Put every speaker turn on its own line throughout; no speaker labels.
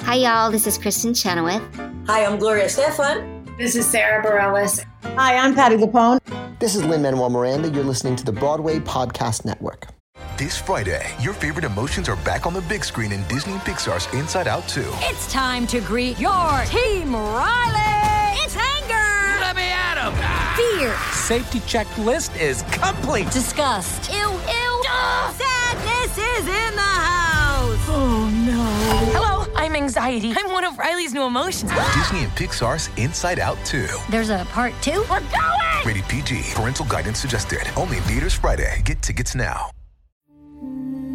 Hi, y'all. This is Kristen Chenoweth.
Hi, I'm Gloria Stefan.
This is Sarah Bareilles.
Hi, I'm Patty Lapone.
This is Lynn Manuel Miranda. You're listening to the Broadway Podcast Network.
This Friday, your favorite emotions are back on the big screen in Disney and Pixar's Inside Out 2.
It's time to greet your team, Riley! It's anger!
Let me at him!
Fear!
Safety checklist is complete!
Disgust! Ew, ew! Ugh. Sadness is in the house!
Oh no.
Hello, I'm anxiety. I'm one of Riley's new emotions.
Disney and Pixar's Inside Out 2.
There's a part two?
We're going!
Rated PG. Parental guidance suggested. Only in theaters Friday. Get tickets now.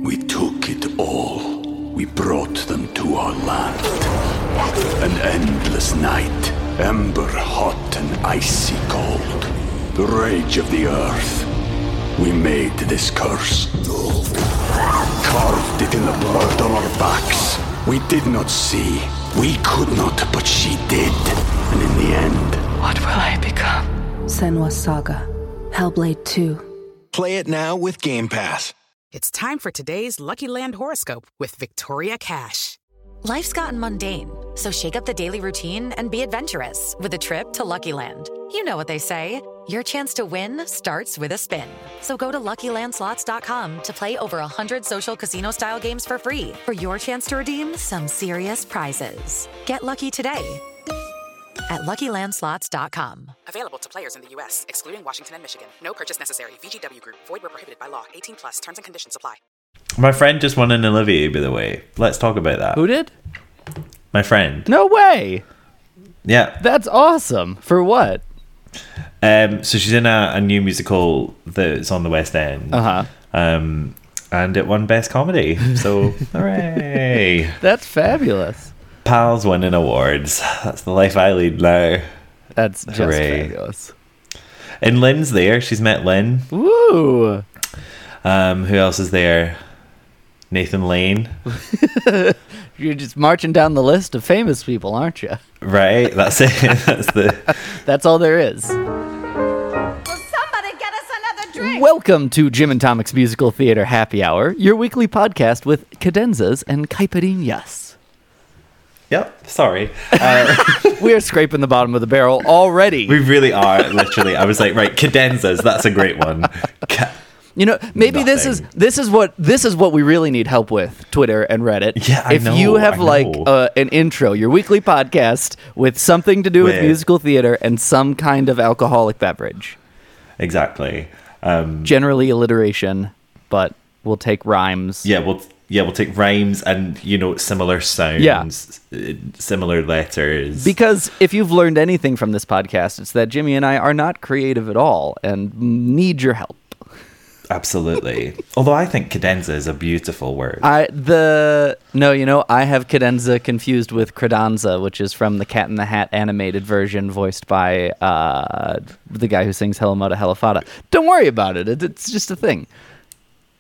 We took it all. We brought them to our land. An endless night, ember hot and icy cold. The rage of the earth. We made this curse. Carved it in the blood on our backs. We did not see. We could not, but she did. And in the end,
what will I become?
Senwa Saga, Hellblade 2.
Play it now with Game Pass.
It's time for today's Lucky Land horoscope with Victoria Cash.
Life's gotten mundane, so shake up the daily routine and be adventurous with a trip to Lucky Land. You know what they say your chance to win starts with a spin. So go to luckylandslots.com to play over 100 social casino style games for free for your chance to redeem some serious prizes. Get lucky today at LuckyLandSlots.com.
Available to players in the U.S., excluding Washington and Michigan. No purchase necessary. VGW Group. Void where prohibited by law. 18 plus. Terms and conditions apply.
My friend just won an Olivier, by the way. Let's talk about that.
Who did?
My friend.
No way.
Yeah.
That's awesome. For what?
Um, so she's in a, a new musical that's on the West End.
Uh huh.
Um, and it won Best Comedy. So, hooray.
That's fabulous
pals winning awards. That's the life I lead now.
That's just Hooray. fabulous.
And Lynn's there. She's met Lynn.
Woo!
Um, who else is there? Nathan Lane.
You're just marching down the list of famous people, aren't you?
Right. That's it. that's the.
that's all there is. Welcome to Jim and Tomic's Musical Theater Happy Hour, your weekly podcast with cadenzas and caipirinhas.
Yep. Sorry. Uh,
we are scraping the bottom of the barrel already.
We really are. Literally, I was like, right, cadenzas. That's a great one. Ca-
you know, maybe nothing. this is this is what this is what we really need help with Twitter and Reddit.
Yeah, I
if
know,
you have
I
like
know.
uh, an intro, your weekly podcast with something to do with,
With-
musical theater and some kind of alcoholic beverage,
exactly. Um,
generally alliteration, but we'll take rhymes.
yeah, we'll yeah we'll take rhymes and you know similar sounds, uh, similar letters.
Because if you've learned anything from this podcast, it's that Jimmy and I are not creative at all and need your help.
Absolutely. Although I think cadenza is a beautiful word.
I the no, you know, I have cadenza confused with credenza, which is from the Cat in the Hat animated version, voiced by uh, the guy who sings "Hello Moda Helifada." Don't worry about it; it it's just a thing.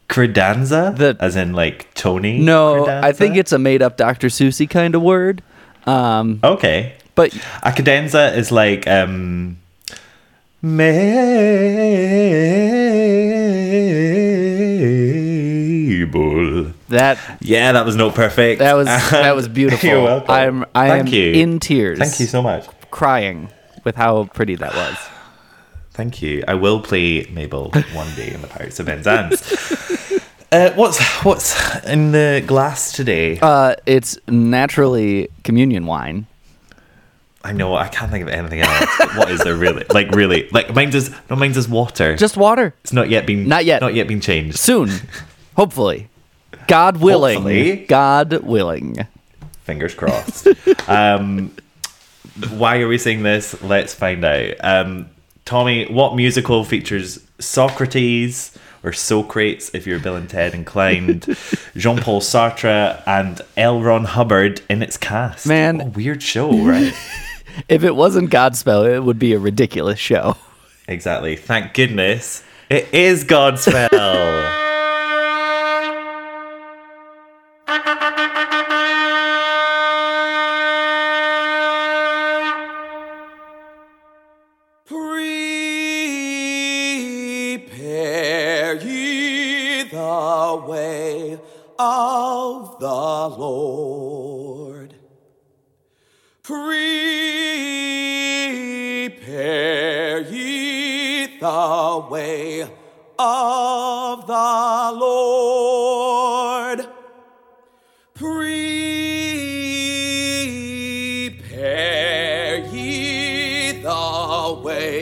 credenza,
The-
as in like Tony.
No,
Credenza?
I think it's a made-up Dr. Susie kind of word. Um,
okay.
but
A cadenza is like um Mabel.
that
Yeah, that was not perfect.
that was that was beautiful.
You're welcome.
I'm I
Thank
am
you.
in tears.
Thank you so much.
crying with how pretty that was.
Thank you. I will play Mabel one day in the Pirates of Penzance. Uh, what's what's in the glass today?
Uh, it's naturally communion wine.
I know I can't think of anything else. what is there really? Like really? Like mine does no mine does water.
Just water.
it's not yet been
Not yet.
not yet been changed.
soon, hopefully. God willing.
Hopefully.
God willing.
Fingers crossed. um, why are we saying this? Let's find out. Um, Tommy, what musical features Socrates or Socrates, if you're Bill and Ted inclined, Jean Paul Sartre, and L. Ron Hubbard in its cast?
Man.
What a weird show, right?
If it wasn't Godspell, it would be a ridiculous show.
exactly. Thank goodness it is Godspell.
Prepare ye the way of the Lord.
the way of the Lord. Prepare ye the way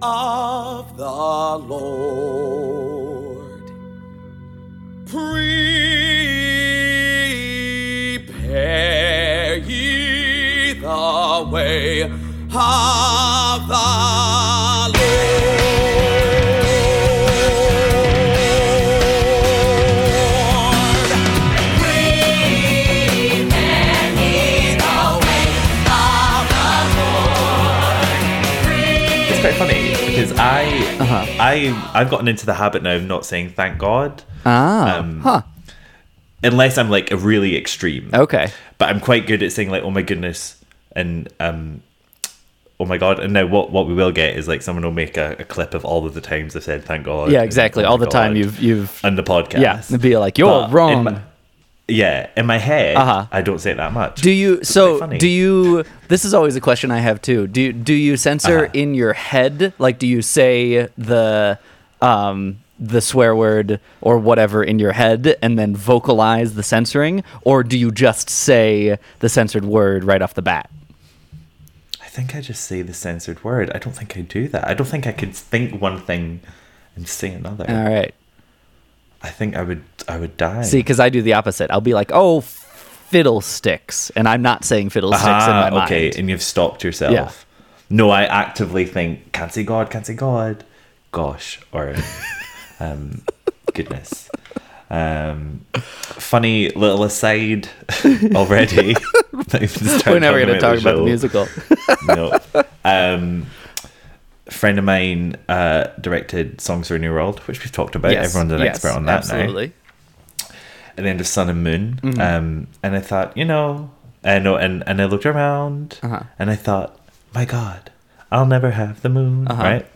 of the Lord. Prepare ye the way of the
It's quite funny because I,
Uh-huh.
I, I've gotten into the habit now of not saying thank God. Um,
Ah, huh. Oh.
Unless I'm like really extreme.
Okay.
But I'm quite good at saying like, oh my goodness, and um, oh my god. And now what what we will get is like someone will make a, a clip of all of the times I've said thank God.
Yeah, exactly.
Oh my
All the time
God.
you've you've
on the podcast.
yeah. it'd Be like you're
But in
wrong.
my- yeah, in my head,
Uh-huh.
I don't say it that much.
Do you so
funny.
do you this is always a question I have too. Do you- do you censor
Uh-huh.
in your head? Like do you say the um the swear word or whatever in your head and then vocalize the censoring or do you just say the censored word right off the bat?
I think I just say the censored word. I don't think I do that. I don't think I could think one thing and say another.
All right.
I think I would I would die.
Uh, See cuz I do the opposite. I'll be like, "Oh, fiddlesticks." And I'm not saying fiddlesticks
Ah,
in my
okay,
mind.
and you've stopped yourself. No, I actively think can't see God, can't see God, gosh, or um, goodness. Um, funny little aside already.
We're never going to talk about the musical.
no. Um, a friend of mine uh, directed Songs for a New World, which we've talked about.
Yes,
Everyone's an
yes,
expert on that
absolutely.
now. At the end of Sun and Moon.
Mhm.
Um, and I thought, you know, I know, and, and I looked around
Uh-huh.
and I thought, my God, I'll never have the moon,
Uh-huh.
right?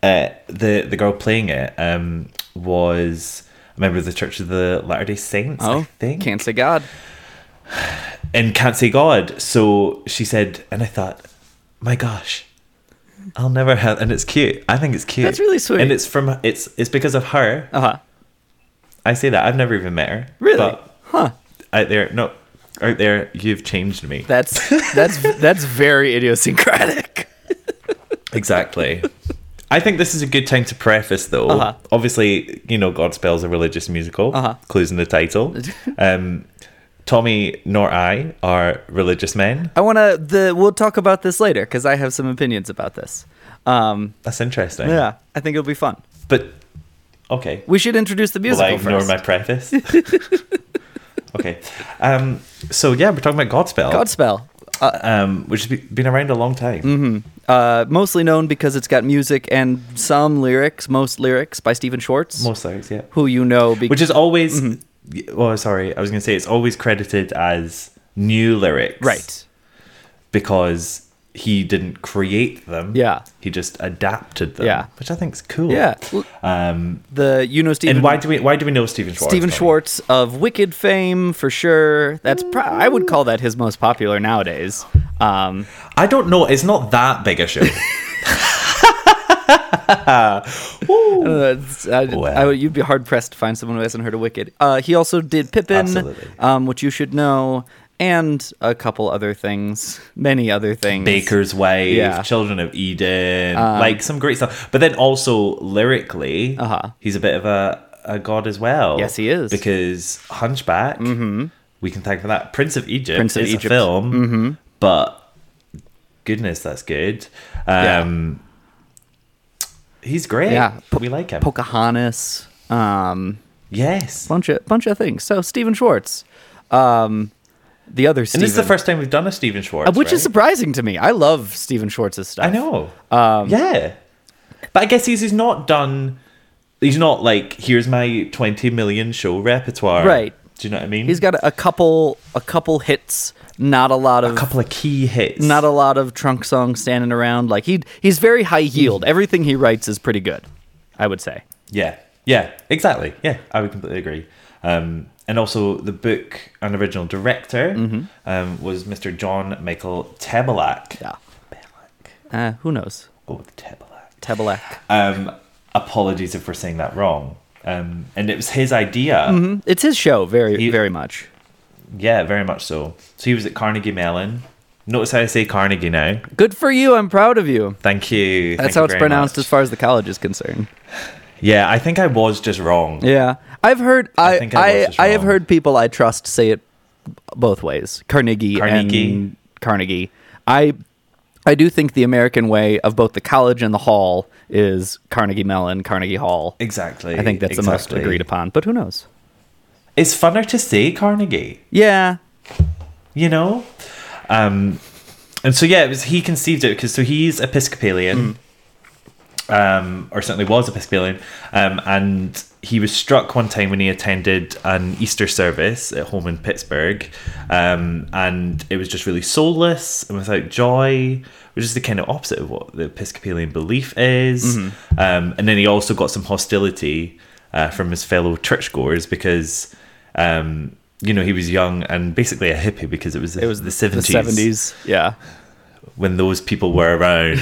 Uh, the the girl playing it um, was a member of the Church of the Latter Day Saints. I
Oh, can't say God.
and can't say God. So she said, and I thought, my gosh, I'll never have. And it's cute. I think it's cute.
That's really sweet.
And it's from it's it's because of her.
Uh huh.
I say that I've never even met her.
Really?
huh? Out there, no, out there, you've changed me.
That's that's that's very idiosyncratic.
Exactly. I think this is a good time to preface, though.
Uh-huh.
Obviously, you know, Godspell's a religious musical,
Uh-huh.
clues in the title. Um, Tommy nor I are religious men.
I want to. The we'll talk about this later because I have some opinions about this. Um,
That's interesting.
yeah, I think it'll be fun.
But, okay.
We should introduce the
Will
musical
I ignore
first.
my preface? okay. Um, so, yeah, we're talking about Godspell.
Godspell,
um, which has be- been around a long time.
hmm uh, mostly known because it's got music and some lyrics, most lyrics by Stephen Schwartz,
Most lyrics, yeah.
who you know, be-
Which is always.
Mm-hmm.
Oh, sorry. I was going to say it's always credited as new lyrics.
right.
because he didn't create them.
Yeah.
He just adapted them.
Yeah.
Which I think is cool.
Yeah.
Um
The you know Stephen.
and why do we why do we know Stephen Schwartz?
Stephen
Tommy?
Schwartz of Wicked fame for sure. That's pro- I would call that his most popular nowadays. Um,
I don't know, it's not that big a show.
Uh, it's- I,
Well.
I would- you'd be hard pressed to find someone who hasn't heard of Wicked. Uh, he also did Pippin,
Absolutely.
um, which you should know, and a couple other things, many other things.
Baker's Wife,
Yeah. Um,
Children of Eden, like some great stuff. But then also lyrically, uh-huh. he's a bit of a, a god as well.
Yes, he is. Mm-hmm.
Because Hunchback, we can thank for that. Prince of Egypt
Prince of
is a
Egypt. Mm-hmm.
film, but goodness, that's good. Um, He's great.
Yeah, Po-
we like him.
Pocahontas, um,
yes.
bunch of bunch of things. So Stephen Schwartz, um, the other
And
Stephen,
this is the first time we've done a Stephen Schwartz,
Uh, which is
right?
surprising to me. I love Stephen Schwartz's stuff.
I know.
Um,
yeah, but I guess he's he's not done. He's not like here's my twenty million show repertoire,
Right.
Do you know what I mean?
He's got a couple a couple hits, not a lot of
a couple of key hits.
not a lot of trunk songs standing around. Like he he's very high yield.
Hmm.
Everything he writes is pretty good, I would say.
yeah, yeah, exactly. Yeah, I would completely agree. Um, and also the book and original director
Mm-hmm.
um, was Mr. John Michael Tebelak.
Yeah. Uh, who knows?
Go with Tebelak.
Tebalak.
Oh, Um, apologies if we're saying that wrong. Um, and it was his idea.
Mm-hmm. It's his show, very, he, very much.
Yeah, very much so. So he was at Carnegie Mellon. Notice how I say Carnegie now.
Good for you. I'm proud of you.
Thank you.
That's
Thank how you
it's pronounced much. as far as the college is concerned.
Yeah, I think I was just wrong.
Yeah, I've heard. I I I, I, I, have heard people I trust say it both ways. Carnegie, Carnegie. and Carnegie. I I do think the American way of both the college and the hall is Carnegie Mellon, Carnegie Hall.
Exactly.
I think that's
exactly.
the most agreed upon. But who knows?
It's funner to say Carnegie.
Yeah.
You know. Um, and so yeah, it was he conceived it because so he's Episcopalian, mm. um, or certainly was Episcopalian, um, and he was struck one time when he attended an Easter service at home in Pittsburgh, um, and it was just really soulless and without joy, which is the kind of opposite of what the Episcopalian belief is. Mm-hmm. and then he also got some hostility uh, from his fellow churchgoers because um, you know, he was young and basically a hippie because it was the,
it was
the seventies.
Seventies, yeah.
When those people were around,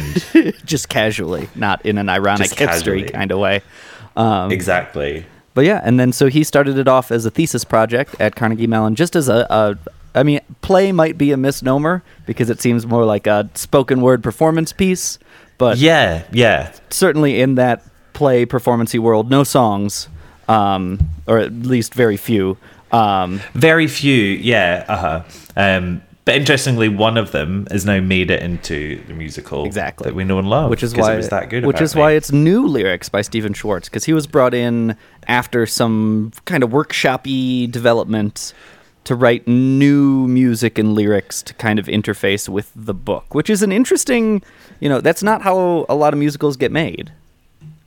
just casually, not in an ironic just hipstery kind of way.
Um, exactly.
But yeah, and then so he started it off as a thesis project at Carnegie Mellon, just as a, a I mean, play might be a misnomer because it seems more like a spoken word performance piece. But
yeah, yeah,
certainly in that play performancy world, no songs, um, or at least very few. Um,
Very few, yeah. Uh-huh. Um, but interestingly, one of them has now made it into the musical
exactly
that we know and love,
which is why
Oh, it was that good.
Which is
me.
why it's new lyrics by Stephen Schwartz because he was brought in after some kind of workshopy development to write new music and lyrics to kind of interface with the book, which is an interesting, you know, that's not how a lot of musicals get made.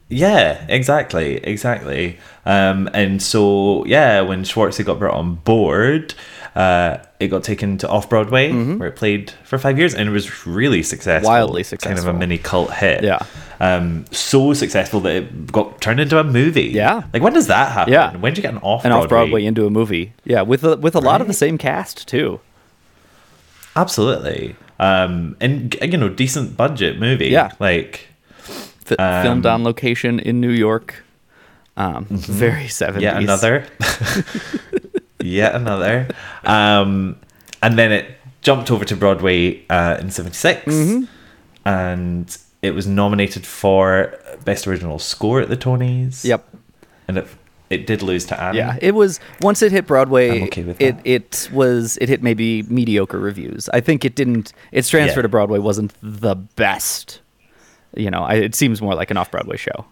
Yeah, exactly, exactly. Um, and so, yeah, when Schwartzy got brought on board, uh, it got taken to Off Broadway, mm-hmm. where it played for five years, and it was really successful,
wildly successful,
kind of a mini cult hit.
Yeah,
um, so successful that it got turned into a movie.
Yeah,
like when does that happen?
Yeah,
when do you get an off
an off Broadway into a movie? Yeah, with a, with a right? lot of the same cast too.
Absolutely, um, and you know, decent budget movie.
Yeah,
like
F- um, filmed on location in New York. Um, mm-hmm. Very 70s.
Yet another. yet another. Um, and then it jumped over to Broadway uh, in 76.
Mm-hmm.
And it was nominated for Best Original Score at the Tonys.
Yep.
And it it did lose to Annie.
Yeah, it was once it hit Broadway.
Okay
it it was it hit maybe mediocre reviews. I think it didn't. Its transfer yeah. to Broadway wasn't the best you know, I, it seems more like an off-Broadway show.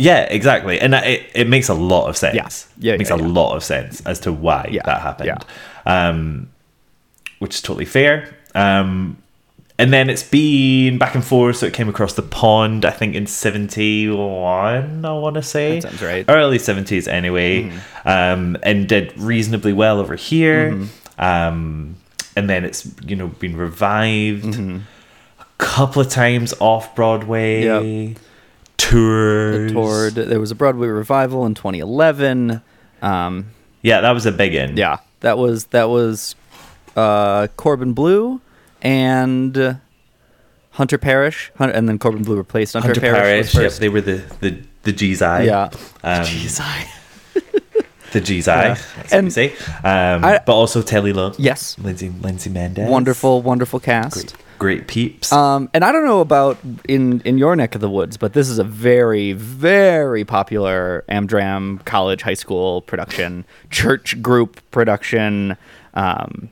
Yeah, exactly, and it, it makes a lot of sense.
Yeah, yeah
it makes
yeah,
a
yeah.
lot of sense as to why that happened, um, which is totally fair. Um, and then it's been back and forth, so it came across the pond. I think in '71, I want to say,
that sounds right,
early '70s anyway, mm-hmm. um, and did reasonably well over here. Mm-hmm. and then it's you know been revived. Mm-hmm couple of times off Broadway.
Yep.
Tours.
It toured. There was a Broadway revival in 2011. Um,
yeah, that was a big one.
Yeah, that was that was uh, Corbin Blue and Hunter Parrish, Hunter, and then Corbin Blue replaced Hunter,
Hunter
Parrish.
Parrish yep, they were the the the G's eye.
Yeah,
um,
G's eye.
the G's Eye, yeah. and say, um, I, but also Telly Love.
Yes,
Lindsay Lindsay Mendez.
Wonderful, wonderful cast.
Great, great peeps.
Um, and I don't know about in in your neck of the woods, but this is a very very popular Amdram college high school production, church group production. Um,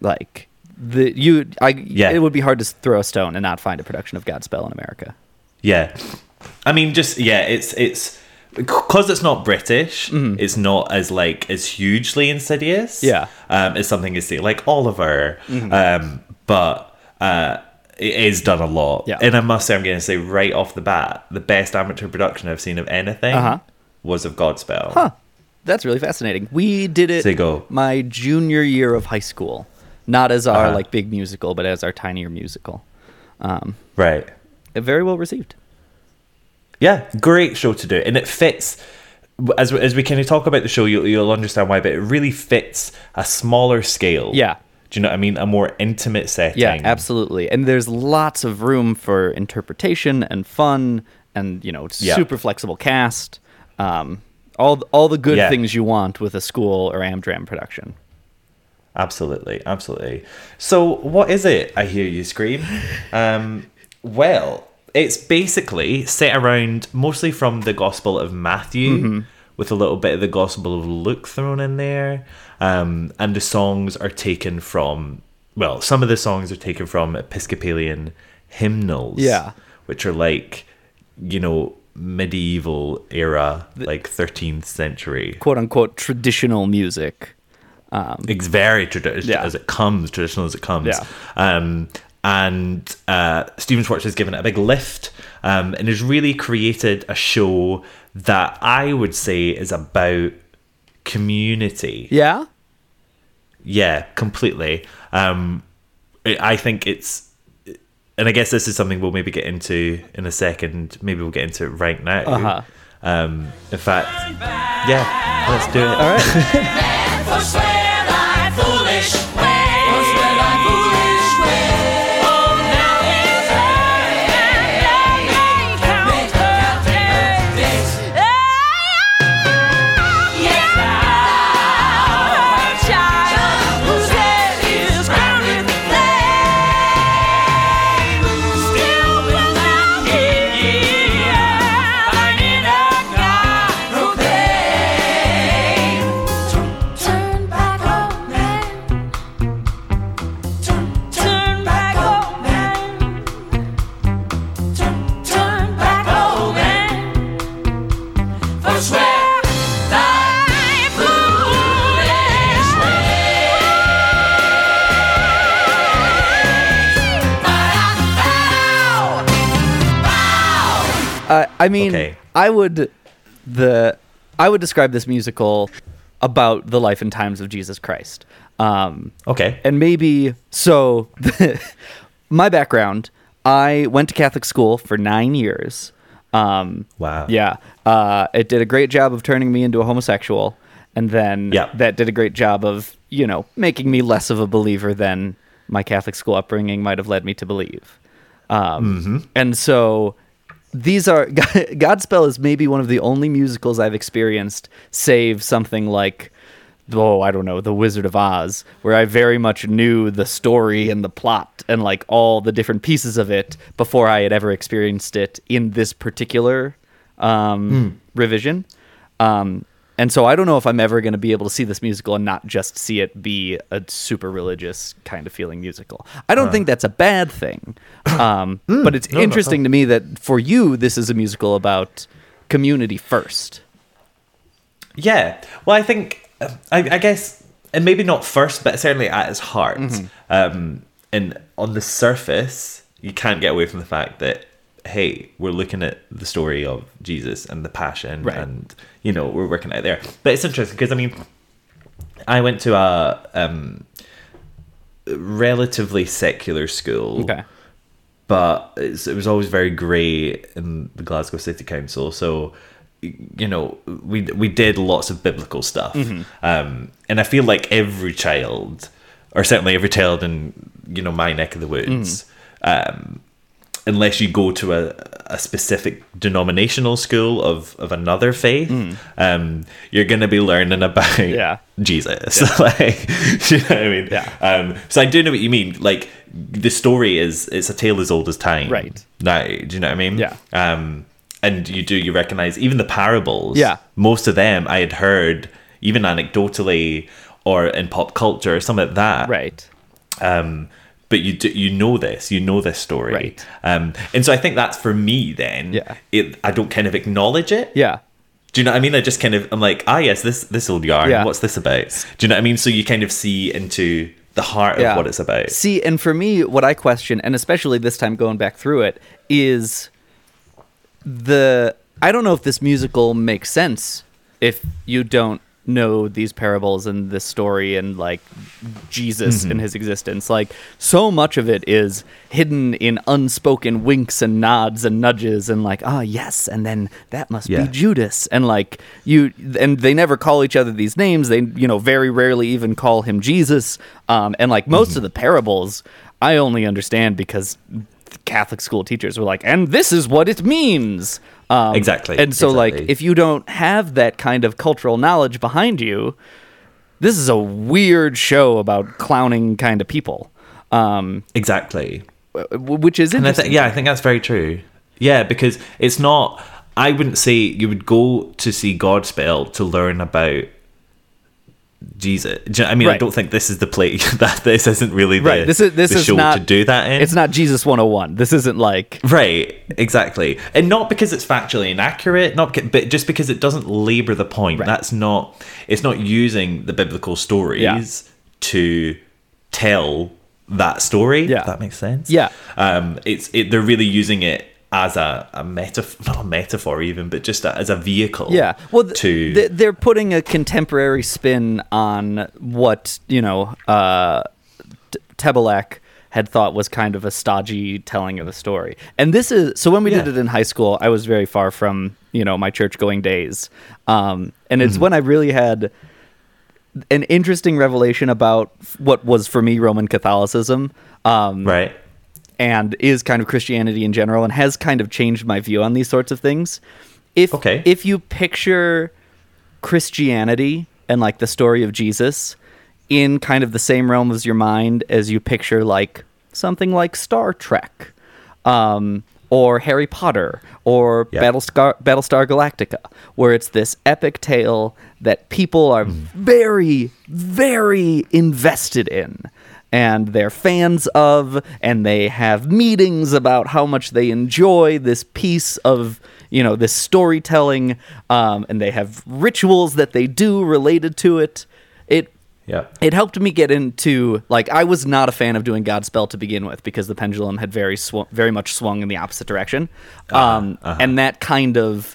like the you, I
yeah.
it would be hard to throw a stone and not find a production of Godspell in America.
Yeah, I mean, just yeah, it's it's because it's not British,
mm-hmm.
it's not as like as hugely insidious.
Yeah,
um, as something you see like Oliver,
mm-hmm.
um, but uh, it is done a lot.
Yeah.
and I must say, I'm going to say right off the bat, the best amateur production I've seen of anything
uh-huh.
was of Godspell.
Huh, that's really fascinating. We did it.
So go.
My junior year of high school, not as our uh-huh. like big musical, but as our tinier musical. Um,
right.
Very well received
yeah great show to do and it fits as, as we kind of talk about the show you'll, you'll understand why but it really fits a smaller scale
yeah
Do you know what I mean? A more intimate setting.
Yeah, absolutely. And there's lots of room for interpretation and fun, and you know,
Yeah.
super flexible cast. Um, all all the good
Yeah.
things you want with a school or Amdram production.
Absolutely, absolutely. So, what is it? I hear you scream. Um, well, it's basically set around mostly from the Gospel of Matthew,
Mhm.
with a little bit of the Gospel of Luke thrown in there, um, and the songs are taken from. Well, some of the songs are taken from Episcopalian hymnals,
Yeah.
which are like, you know, medieval era, like thirteenth century
quote unquote traditional music. Um,
it's very traditional as it comes, traditional as it comes.
Yeah.
Um, and uh, Steven Schwartz has given it a big lift um, and has really created a show that I would say is about community.
Yeah.
Yeah, completely. Um, I I think it's, and I guess this is something we'll maybe get into in a second. Maybe we'll get into it right now.
Uh-huh.
Um, in fact, yeah, let's do it.
All right.
First where thy foolish way. First where thy foolish way. Oh, now it's
Turn back home, man. Turn, turn back home, man. Turn, turn back home, man. First where thy foolish way. But I vow, vow.
Uh, I mean, I would the I would describe this musical about the life and times of Jesus Christ. Um,
okay,
and maybe so. my background: I went to Catholic school for nine years. Um,
wow.
Yeah, uh, it did a great job of turning me into a homosexual, and then that did a great job of you know making me less of a believer than my Catholic school upbringing might have led me to believe. Um, And so these are Godspell is maybe one of the only musicals I've experienced, save something like oh I don't know The Wizard of Oz, where I very much knew the story and the plot and like all the different pieces of it before I had ever experienced it in this particular um, revision. Um, and so I don't know if I'm ever going to be able to see this musical and not just see it be a super religious kind of feeling musical. I don't
Huh.
think that's a bad thing, um, but it's
Uh. Hmm. no, no,
interesting
no.
to me that for you this is a musical about community first.
Yeah. Well, I think, I, I guess, and maybe not first, but certainly at its heart.
Mhm.
Um, and on the surface, you can't get away from the fact that, hey, we're looking at the story of Jesus and the passion,
Right.
and, you know, we're working out there. But it's interesting because, I mean, I went to a um, relatively secular school.
Okay.
But it's, it was always very grey in the Glasgow City Council. So, y- you know, we we did lots of biblical stuff.
Mhm.
Um, and I feel like every child, or certainly every child in, you know, my neck of the woods, um, unless you go to a, a specific denominational school of, of another faith, um, you're going to be learning about Jesus. like, you know what I mean? Yeah. Um, so I do know what you mean. Like, the story is it's a tale as old as time.
Right.
Now, do you know what I mean? Yeah. Um, and you do you recognize even the parables?
Yeah.
Most of them I had heard even anecdotally or in pop culture or something like that.
Right.
Um, but you do, you know this, you know this story, right. um, and so I think that's for me. Then, yeah, it, I don't kind of acknowledge it.
Yeah,
do you know what I mean? I just kind of I'm like, ah, yes, this this old yarn.
Yeah.
What's this about? Do you know what I mean? So you kind of see into the heart of what it's about.
See, and for me, what I question, and especially this time going back through it, is the I don't know if this musical makes sense if you don't know these parables and this story and like Jesus mm-hmm. and his existence. Like so much of it is hidden in unspoken winks and nods and nudges and like, ah, oh, yes, and then that must yeah. be Judas. And like you and they never call each other these names. They, you know, very rarely even call him Jesus. Um, and like most mm-hmm. of the parables I only understand because Catholic school teachers were like, and this is what it means.
Um, exactly.
And so,
exactly.
like, if you don't have that kind of cultural knowledge behind you, this is a weird show about clowning kind of people. Um,
exactly.
Which is interesting.
I th- yeah, I think that's very true. Yeah, because it's not. I wouldn't say you would go to see Godspell to learn about Jesus. I mean, right. I don't think this is the place that this isn't really the, right. this is, this is not, to do that in.
It's not Jesus 101. This isn't like.
Right, exactly. And not because it's factually inaccurate, not because, but just because it doesn't labor the point. Right. That's not, it's not using the biblical stories yeah. to tell that story.
Yeah.
that makes sense.
Yeah.
Um, it's, it, they're really using it as a, a metaphor, not a metaphor even, but just a, as a vehicle.
Yeah. Well, th-
to
th- they're putting a contemporary spin on what you know uh, T- Tebelak had thought was kind of a stodgy telling of the story. And this is so when we yeah. did it in high school, I was very far from you know my church going days, um, and it's mm-hmm. when I really had an interesting revelation about what was for me Roman Catholicism. Um,
right
and is kind of Christianity in general and has kind of changed my view on these sorts of things. If
okay.
if you picture Christianity and like the story of Jesus in kind of the same realm as your mind as you picture like something like Star Trek um, or Harry Potter or yep. Battlestar, Battlestar Galactica, where it's this epic tale that people are mm. very, very invested in and they're fans of, and they have meetings about how much they enjoy this piece of, you know, this storytelling, um, and they have rituals that they do related to it. It
yeah.
It helped me get into like I was not a fan of doing Godspell to begin with because the pendulum had very sw- very much swung in the opposite direction, um, uh-huh. Uh-huh. and that kind of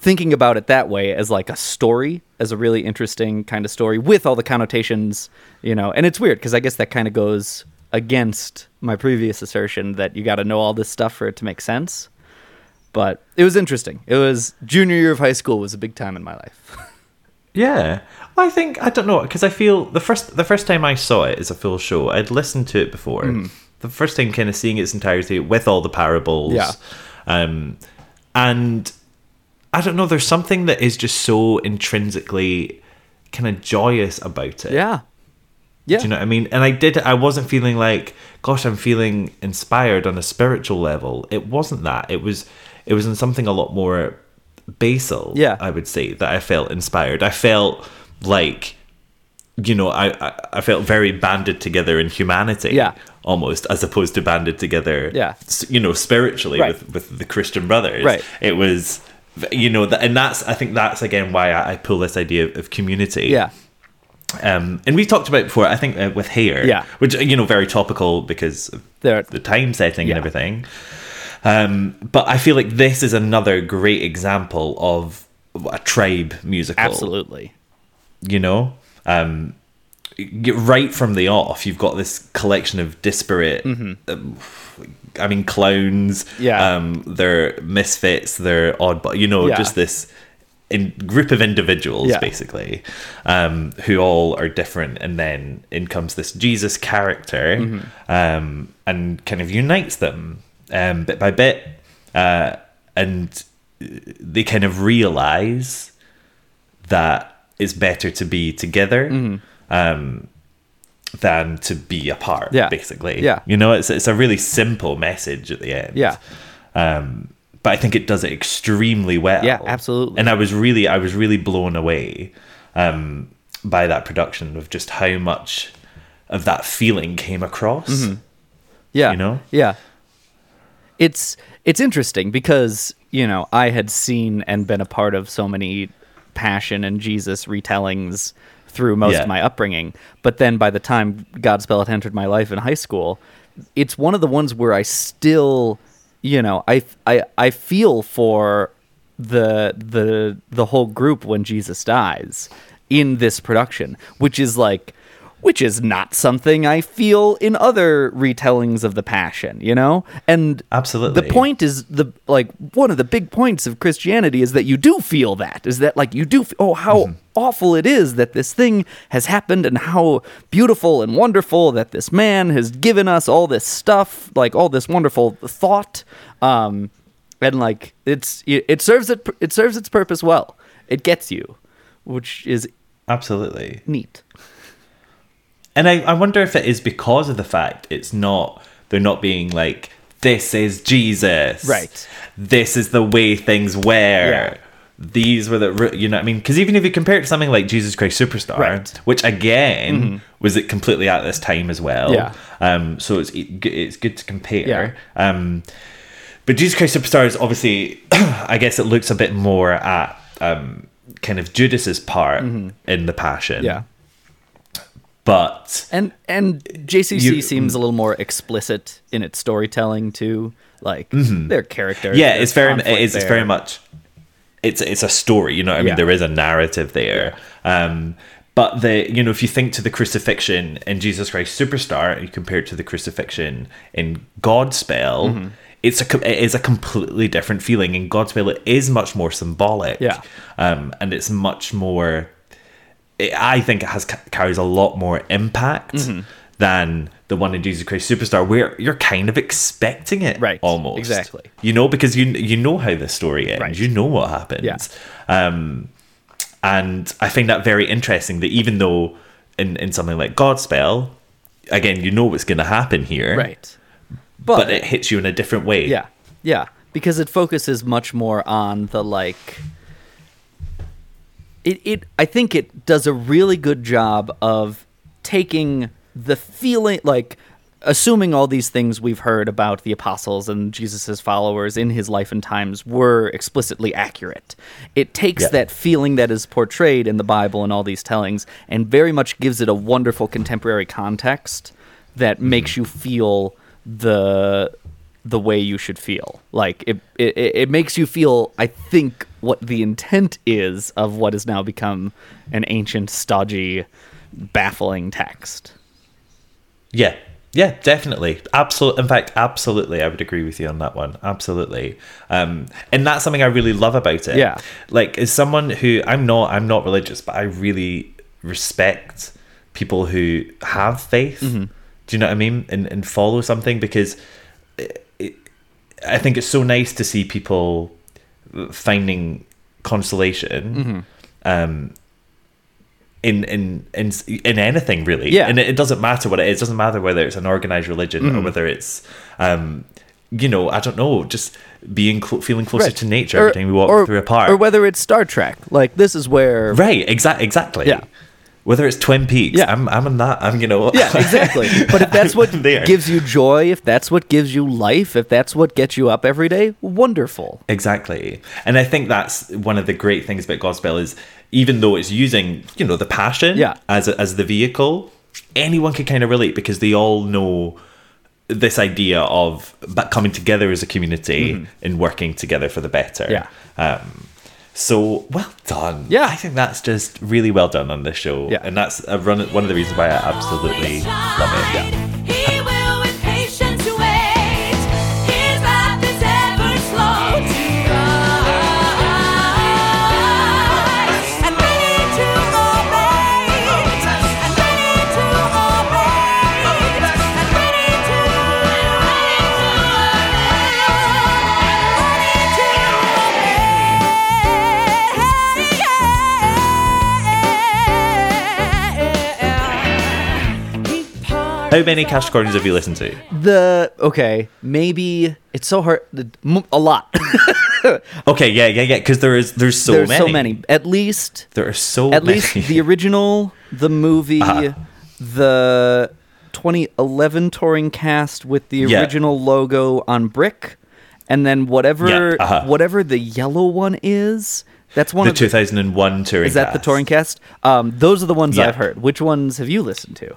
thinking about it that way as like a story as a really interesting kind of story with all the connotations you know and it's weird because i guess that kind of goes against my previous assertion that you got to know all this stuff for it to make sense but it was interesting it was junior year of high school was a big time in my life
yeah i think i don't know because i feel the first the first time i saw it as a full show i'd listened to it before mm. the first time kind of seeing its entirety with all the parables
yeah.
um and I don't know. There's something that is just so intrinsically kind of joyous about it.
Yeah. Yeah.
Do you know what I mean? And I did. I wasn't feeling like, gosh, I'm feeling inspired on a spiritual level. It wasn't that. It was. It was in something a lot more basal.
Yeah.
I would say that I felt inspired. I felt like, you know, I I felt very banded together in humanity.
Yeah
almost as opposed to banded together
yeah
you know spiritually right. with with the christian brothers
right
it was you know and that's i think that's again why i, pull this idea of, community
yeah
um, and we've talked about before i think uh, with hair
yeah
which you know very topical because
They're,
the time setting yeah. and everything um, but i feel like this is another great example of a tribe musical
absolutely
you know um, right from the off you've got this collection of disparate um,
mm-hmm.
I mean, clowns.
Yeah.
Um, they're misfits. They're odd, but you know, yeah. just this in group of individuals
yeah.
basically, um, who all are different, and then in comes this Jesus character,
mm-hmm.
um, and kind of unites them, um, bit by bit, uh, and they kind of realize that it's better to be together.
Mm-hmm.
Um, than to be apart.
Yeah.
Basically.
Yeah.
You know, it's it's a really simple message at the end.
Yeah.
Um, but I think it does it extremely well.
Yeah, absolutely.
And I was really I was really blown away um, by that production of just how much of that feeling came across.
Mm-hmm. Yeah.
You know?
Yeah. It's it's interesting because, you know, I had seen and been a part of so many passion and Jesus retellings through most yeah. of my upbringing. But then by the time Godspell had entered my life in high school, it's one of the ones where I still, you know, I, I, I feel for the the the whole group when Jesus dies in this production, which is like which is not something I feel in other retellings of the passion, you know? And
Absolutely.
The point is the like one of the big points of Christianity is that you do feel that. Is that like you do f- oh how mm-hmm. awful it is that this thing has happened and how beautiful and wonderful that this man has given us all this stuff, like all this wonderful thought um and like it's it serves it it serves its purpose well. It gets you, which is
absolutely
neat
and I, I wonder if it is because of the fact it's not they're not being like this is jesus
right
this is the way things were yeah. these were the you know i mean because even if you compare it to something like jesus christ superstar
right.
which again mm-hmm. was it completely at this time as well
yeah
um so it's it's good to compare yeah. um but jesus christ superstar is obviously i guess it looks a bit more at um kind of judas's part mm-hmm. in the passion
yeah
but
and and JCC you, seems a little more explicit in its storytelling too, like mm-hmm. their character.
Yeah, their it's very it is, it's very much it's it's a story. You know, what I mean, yeah. there is a narrative there. Yeah. Um, but the you know if you think to the crucifixion in Jesus Christ Superstar and you compare it to the crucifixion in Godspell. mm mm-hmm. It's a it is a completely different feeling in Godspell. It is much more symbolic,
yeah,
um, and it's much more I think it has carries a lot more impact mm-hmm. than the one in Jesus Christ Superstar, where you're kind of expecting it,
right?
Almost
exactly,
you know, because you you know how the story ends, right. you know what happens,
yeah.
um, and I find that very interesting. That even though in in something like Godspell, again, you know what's going to happen here,
right?
But, but it hits you in a different way,
yeah, yeah, because it focuses much more on the like it, it I think it does a really good job of taking the feeling like assuming all these things we've heard about the apostles and Jesus's followers in his life and times were explicitly accurate. It takes yeah. that feeling that is portrayed in the Bible and all these tellings and very much gives it a wonderful contemporary context that
Mm-hmm.
makes you feel the the way you should feel. Like it, it, it makes you feel. I think what the intent is of what has now become an ancient, stodgy, baffling text.
Yeah, yeah, definitely, absolute. In fact, absolutely, I would agree with you on that one. Absolutely, um, and that's something I really love about it.
Yeah,
like as someone who I'm not, I'm not religious, but I really respect people who have faith. Mm-hmm. Do you know what I mean? And and follow something because. I think it's so nice to see people finding consolation mm-hmm. um, in, in in in anything really.
Yeah,
and it, it, doesn't matter what it is. It doesn't matter whether it's an organized religion mm-hmm. or whether it's. Um, you know, I don't know, just being cl- feeling closer
right.
to nature every
or,
time we walk
or,
through a park,
or whether it's Star Trek. Like this is where
right, exactly, exactly.
Yeah,
whether it's Twin Peaks,
yeah.
I'm I'm in that. I'm you know
Yeah, exactly. But if that's what gives you joy, if that's what gives you life, if that's what gets you up every day, wonderful.
Exactly. And I think that's one of the great things about gospel is even though it's using, you know, the passion
yeah.
as a, as the vehicle, anyone can kind of relate because they all know this idea of but coming together as a community mm-hmm. and working together for the better.
Yeah.
Um, so well done.
Yeah,
I think that's just really well done on this show.
Yeah,
and that's a run, one of the reasons why I absolutely love it.
Yeah.
How many cash recordings have you listened to?
The okay, maybe it's so hard. A lot.
okay, yeah, yeah, yeah. Because there is there's so
there's
many.
so many. At least
there are so
at
many.
least the original, the movie, uh-huh. the 2011 touring cast with the
yeah.
original logo on brick, and then whatever
yeah, uh-huh.
whatever the yellow one is. That's one
the
of
2001 touring.
Is that
cast.
the touring cast? Um, those are the ones
Yeah.
I've heard. Which ones have you listened to?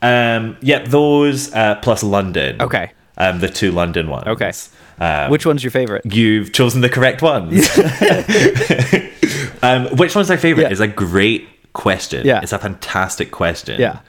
Um, yep, those uh, plus London.
Okay.
Um, the two London ones.
Okay.
Um,
Which one's your favorite?
You've chosen the correct ones. um, which one's my favorite
Yeah.
is a great question.
Yeah.
It's a fantastic question.
Yeah.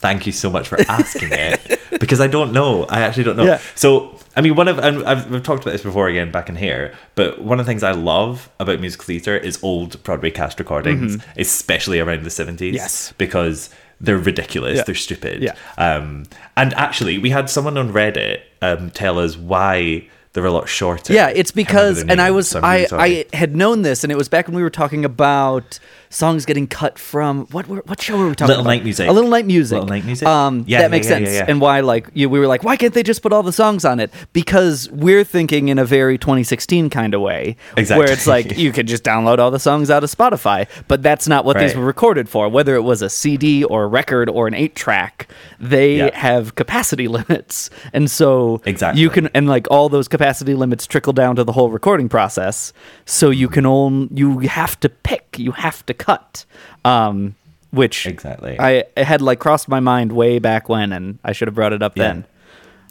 Thank you so much for asking it because I don't know. I actually don't know.
Yeah.
So, I mean, one of, and I've, we've talked about this before again back in here, but one of the things I love about musical theatre is old Broadway cast recordings,
Mhm.
especially around the 70s.
Yes.
Because they're ridiculous,
Yeah.
they're stupid.
Yeah.
Um, and actually, we had someone on Reddit um, tell us why they're a lot shorter.
Yeah, it's because,
Can't remember
and
their
I
names,
was,
so I'm really
I,
sorry.
I had known this, and it was back when we were talking about songs getting cut from what, were- what show were we talking
Little
about?
Night Music.
A little night music.
Little Night Music?
Um,
Yeah, yeah,
that makes
yeah, yeah,
sense.
yeah.
And why, like, you, we were like, why can't they just put all the songs on it? Because we're thinking in a very 2016 kind of way, where
Exactly.
it's like you could just download all the songs out of Spotify, but that's not what these
Right.
were recorded for. Whether it was a CD or a record or an eight track, they
Yeah.
have capacity limits, and so
Exactly.
you can and like all those capacity limits trickle down to the whole recording process. So you can only you have to pick, you have to cut. Um which
exactly.
I it had like crossed my mind way back when and I should have brought it up then.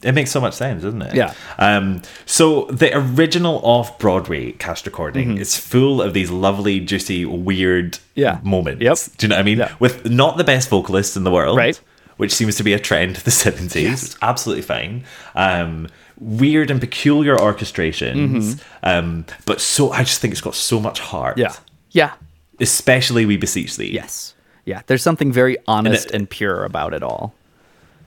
It makes so much sense, doesn't it?
Yeah.
Um, so the original off Broadway cast recording
Mhm.
is full of these lovely, juicy, weird
Yeah.
moments. Do you know what I mean? With not the best vocalists in the world, right? Which seems to be a trend of the seventies. Absolutely fine. Um, weird and peculiar orchestrations,
Mhm.
um, but so I just think it's got so much heart.
Yeah. Yeah.
Especially we beseech thee.
Yes. Yeah. There's something very honest
it-
and, pure about it all.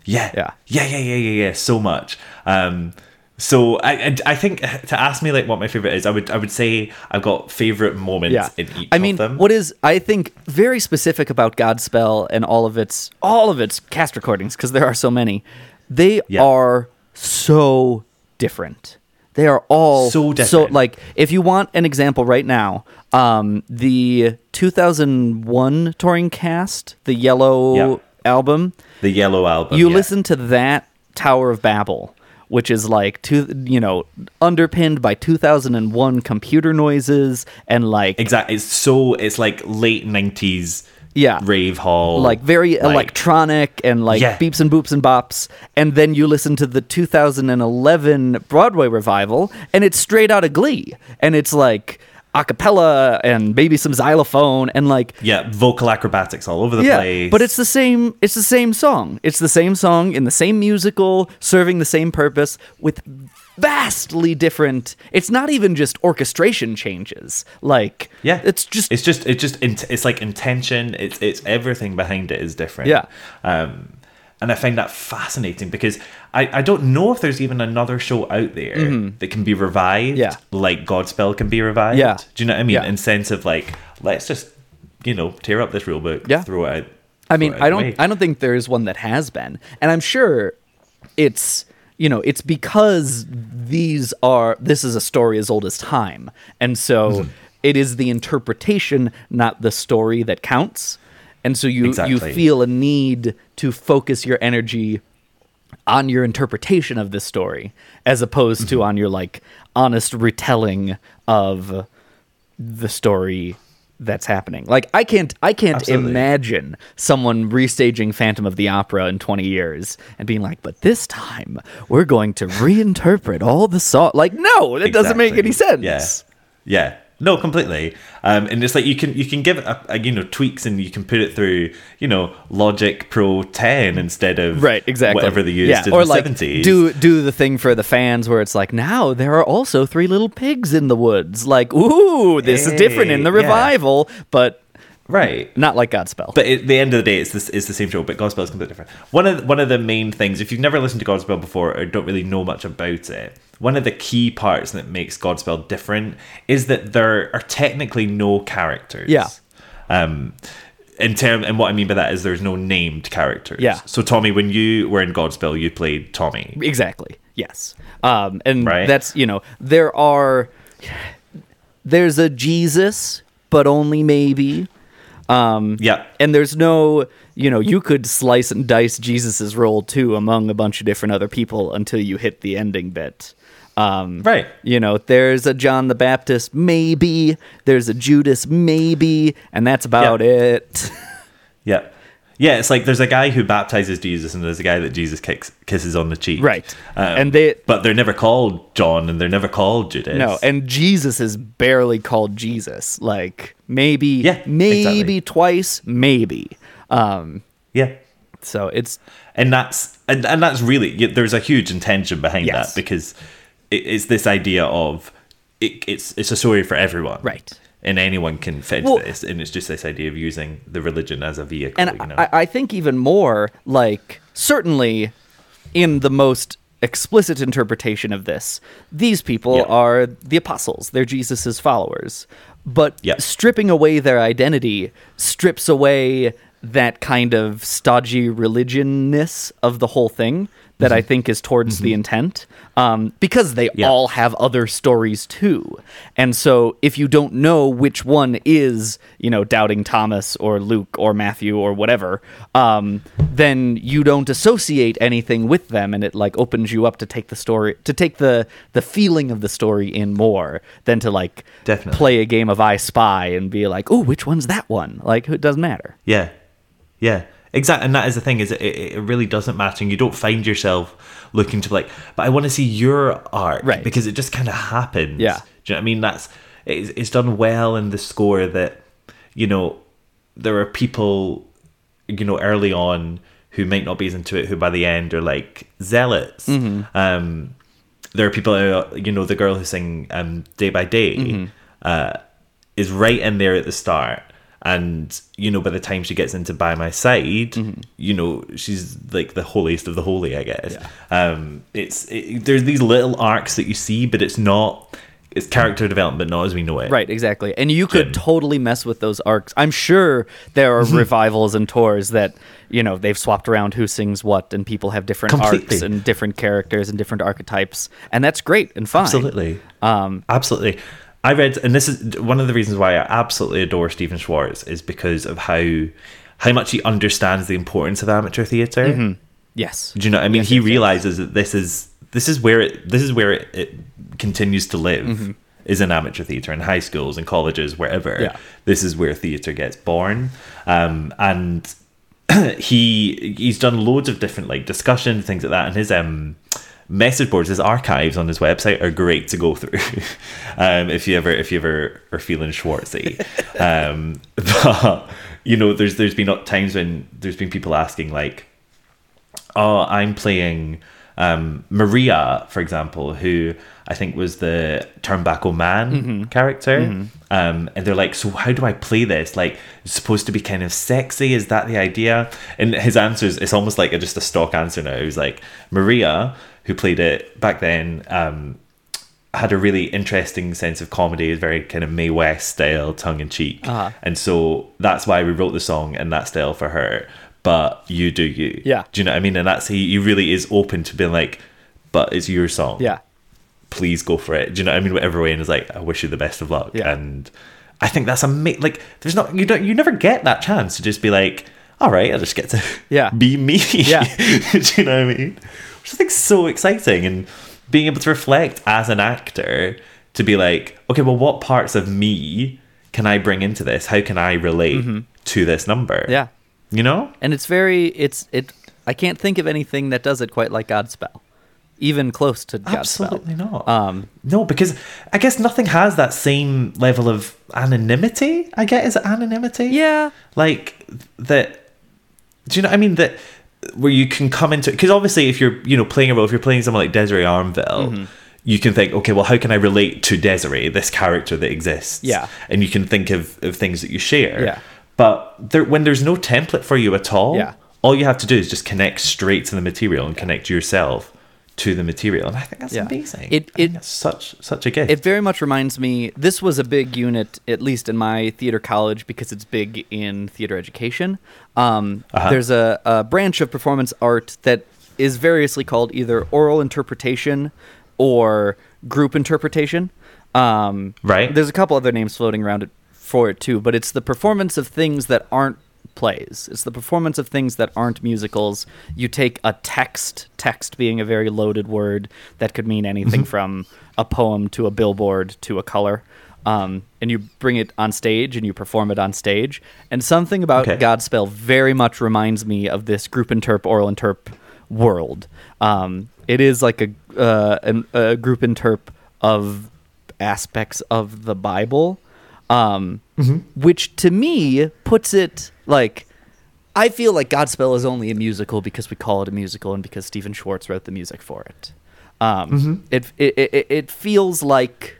Yeah. Yeah. Yeah. Yeah. Yeah. Yeah. yeah. So much. Um, so I, I I think to ask me like what my favorite is, I would I would say I've got favorite moments
Yeah.
in each
I
of
mean,
them.
what is I think very specific about Godspell and all of its all of its cast recordings because there are so many. They are so different. They are all
So
So
different.
like, if you want an example right now, um, the 2001 touring cast, the Yellow
Yeah.
album,
The Yellow album.
you
yeah.
listen to that Tower of Babel, which is like two, you know, underpinned by 2001 computer noises and like
exactly. It's so it's like late nineties.
Yeah.
Rave hall.
like very
like-
electronic and like
Yeah.
beeps and boops and bops and then you listen to the 2011 broadway revival and it's straight out of glee and it's like a cappella and maybe some xylophone and like
Yeah. Vocal acrobatics all over the
yeah,
place.
but it's the same. It's the same song. It's the same song in the same musical, serving the same purpose with vastly different. It's not even just orchestration changes. Like
yeah,
it's just
it's just it's just int- it's like intention. It's it's everything behind it is different.
Yeah.
um, and I find that fascinating because I I don't know if there's even another show out there
Mhm.
that can be revived.
Yeah.
like Godspell can be revived.
Yeah.
do you know what I mean?
Yeah.
In sense of like, let's just you know tear up this rule book.
Yeah.
throw it out.
I mean,
throw it
I
out
don't
the way.
I don't think there is one that has been. And I'm sure it's you know, it's because these are this is a story as old as time. And so it is the interpretation, not the story that counts. And so you you
Exactly.
feel a need to focus your energy on your interpretation of this story as opposed
Mm-hmm.
to on your like honest retelling of the story that's happening. Like I can't I can't
Absolutely.
imagine someone restaging Phantom of the Opera in 20 years and being like, "But this time we're going to reinterpret all the song." Like, no, that doesn't make any sense.
Exactly. Yeah. Yeah. No, completely. Um, and it's like you can you can give it a, a, you know tweaks and you can put it through you know Logic Pro 10 instead of
Right, exactly.
whatever they used
yeah.
in
or
the
like
70s.
do do the thing for the fans where it's like now there are also three little pigs in the woods. Like, ooh, this is different in the
Hey, yeah.
revival, but
right,
not like Godspell.
But at the end of the day, it's this it's the same show, but Godspell is completely different. One of one of the main things, if you've never listened to Godspell before or don't really know much about it, one of the key parts that makes Godspell different is that there are technically no characters.
Yeah.
Um, in term, and what I mean by that is there's no named characters.
Yeah.
So Tommy, when you were in Godspell, you played Tommy.
Exactly. Yes. Um, and
Right.
that's you know there are there's a Jesus, but only maybe. Um,
yeah.
And there's no you know you could slice and dice Jesus's role too among a bunch of different other people until you hit the ending bit. Um,
right.
You know, there's a John the Baptist, maybe. There's a Judas, maybe, and that's about it.
Yeah. Yeah, it's like there's a guy who baptizes Jesus and there's a guy that Jesus kicks, kisses on the cheek.
Right.
Um, and they But they're never called John and they're never called Judas.
No, and Jesus is barely called Jesus. Like maybe
yeah,
maybe
exactly.
twice, maybe. Um
Yeah.
So it's
and that's and, and that's really yeah, there's a huge intention behind
Yes.
that because it, it's this idea of it, it's it's a story for everyone.
Right.
And anyone can fit into
Well-
this, and it's just this idea of using the religion as a vehicle.
and
you know?
I, I think even more like certainly in the most explicit interpretation of this these people
Yeah.
are the apostles they're jesus's followers but
Yeah.
stripping away their identity strips away that kind of stodgy religionness of the whole thing that I think is towards the intent, um, because they all have other stories too, and so if you don't know which one is, you know, doubting Thomas or Luke or Matthew or whatever, um, then you don't associate anything with them, and it like opens you up to take the story, to take the the feeling of the story in more than to like
Definitely.
play a game of I Spy and be like, oh, which one's that one? Like, it doesn't matter.
Yeah, yeah, exactly. And that is the thing is it, it it really doesn't matter, and you don't find yourself looking to like, but I want to see your art,
Right.
Because it just kind of happens.
Yeah.
do you know what I mean? That's it's, it's done well in the score that you know there are people you know early on who might not be as into it who by the end are like zealots.
Mm-hmm.
Um, there are people uh, you know the girl who sing um, day by day
Mm-hmm.
uh, is right in there at the start and you know by the time she gets into by my side
Mm-hmm.
you know she's like the holiest of the holy i guess um it's it, there's these little arcs that you see but it's not it's character development not as we know it
Right, exactly. And you could
Jim.
totally mess with those arcs. I'm sure there are revivals and tours that, you know, they've swapped around who sings what and people have different arcs
Completely.
and different characters and different archetypes. And that's great and fine.
Absolutely.
Um,
absolutely. I read, and this is one of the reasons why I absolutely adore Stephen Schwartz is because of how how much he understands the importance of amateur theater.
Mm-hmm. Yes.
Do you know? what I mean, he realizes that this is this is where it this is where it, it continues to live
Mm-hmm.
is in amateur theater in high schools and colleges wherever.
Yeah.
This is where theater gets born, um, and he he's done loads of different like discussion things like that, and his um message boards, his archives on his website are great to go through. um, if you ever if you ever are feeling Schwartzy, um, but you know, there's there's been times when there's been people asking like oh, I'm playing um, Maria, for example, who I think was the Turnbuckle Man
Mm-hmm.
character. Um, and they're like, so how do I play this? Like, it's supposed to be kind of sexy. Is that the idea? And his answers, it's almost like a, just a stock answer now. It was like, Maria, who played it back then, um, had a really interesting sense of comedy, very kind of May West style, tongue in cheek.
Uh-huh.
And so that's why we wrote the song in that style for her. But you do you.
Yeah.
Do you know what I mean? And that's he, he really is open to being like, but it's your song.
Yeah.
Please go for it. Do you know what I mean? Whatever way and is like, I wish you the best of luck.
Yeah.
And I think that's amazing. Like, there's not you don't you never get that chance to just be like, all right, I just get to
Yeah.
be me.
Yeah.
do you know what I mean? Which I think is so exciting and being able to reflect as an actor to be like, okay, well, what parts of me can I bring into this? How can I relate to this number?
Mm-hmm. Yeah.
You know?
And it's very it's it I can't think of anything that does it quite like Godspell. Even close to
Absolutely
Godspell.
not.
Um
No, because I guess nothing has that same level of anonymity. I get is it anonymity?
Yeah.
Like that. Do you know? what I mean that where you can come into because obviously if you're you know playing a role if you're playing someone like Desiree Armville.
Mm-hmm.
You can think, okay, well, how can I relate to Desiree, this character that exists?
Yeah.
and you can think of, of things that you share.
Yeah.
but there, when there's no template for you at all,
Yeah.
all you have to do is just connect straight to the material and connect yourself to the material, and I think that's
Yeah.
amazing.
It-
I think
it-
that's such such a gift.
It very much reminds me. This was a big unit, at least in my theater college, because it's big in theater education. Um,
Uh-huh.
There's a, a branch of performance art that is variously called either oral interpretation or group interpretation. Um,
Right.
There's a couple other names floating around it for it too, but it's the performance of things that aren't plays. It's the performance of things that aren't musicals. You take a text, text being a very loaded word that could mean anything from a poem to a billboard to a color. um, and you bring it on stage and you perform it on stage. And something about okay. Godspell very much reminds me of this group interp oral interp world. Um, it is like a uh, an, a group interp of aspects of the Bible, um, mm-hmm. which to me puts it like. I feel like Godspell is only a musical because we call it a musical and because Stephen Schwartz wrote the music for it. Um, mm-hmm. it, it, it it feels like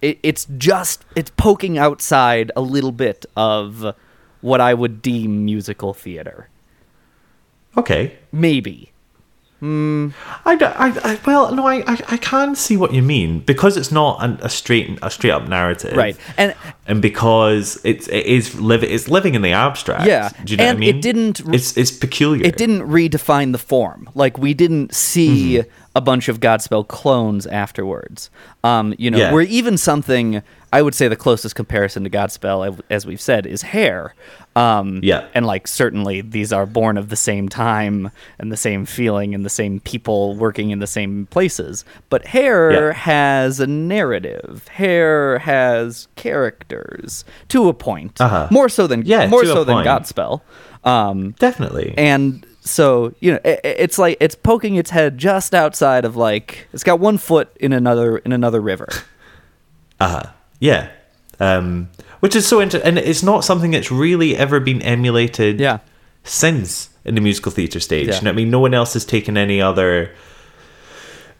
it, it's just it's poking outside a little bit of what I would deem musical theater.
Okay,
maybe.
Mm. I, I, I, well no I, I, I can see what you mean because it's not an, a straight a straight up narrative
right and
and because it's it is live it's living in the abstract
yeah
do you know
and
what I mean
it didn't
it's it's peculiar
it didn't redefine the form like we didn't see mm-hmm. a bunch of Godspell clones afterwards um you know yeah. we're even something I would say the closest comparison to Godspell as we've said is hair um,
yeah.
And like, certainly these are born of the same time and the same feeling and the same people working in the same places. But Hair yeah. has a narrative. Hair has characters to a point,
uh-huh.
more so than
yeah,
more so than
point.
Godspell.
Um, Definitely.
And so you know, it, it's like it's poking its head just outside of like it's got one foot in another in another river.
uh huh. Yeah. Um, which is so interesting, and it's not something that's really ever been emulated
yeah.
since in the musical theater stage. Yeah. You know I mean, no one else has taken any other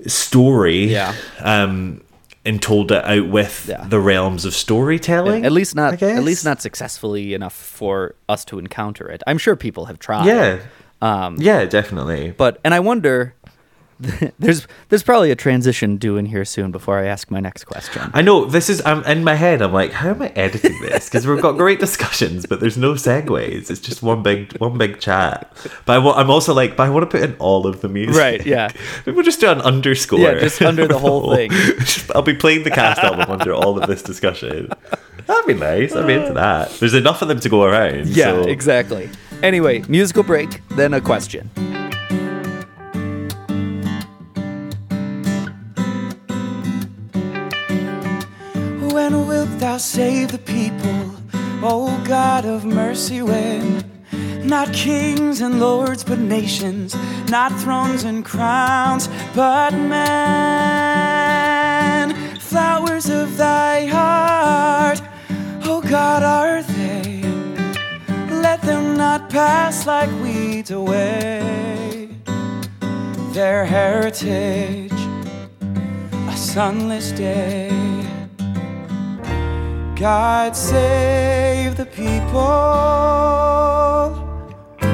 story,
yeah.
um, and told it out with yeah. the realms of storytelling.
At least not, at least not successfully enough for us to encounter it. I'm sure people have tried.
Yeah,
um,
yeah, definitely.
But and I wonder there's there's probably a transition due in here soon before I ask my next question.
I know this is I'm in my head. I'm like, how am I editing this? Because we've got great discussions, but there's no segues. It's just one big one big chat. But I am also like, but I want to put in all of the music.
Right? Yeah.
Maybe we'll just do an underscore.
Yeah, just under the whole thing.
I'll be playing the cast album under all of this discussion. That'd be nice. I'm into that. There's enough of them to go around.
Yeah,
so.
exactly. Anyway, musical break, then a question.
when wilt thou save the people? O God of mercy, when? Not kings and lords, but nations, not thrones and crowns, but men. Flowers of thy heart, O God, are they? Let them not pass like weeds away. Their heritage, a sunless day. God save the people.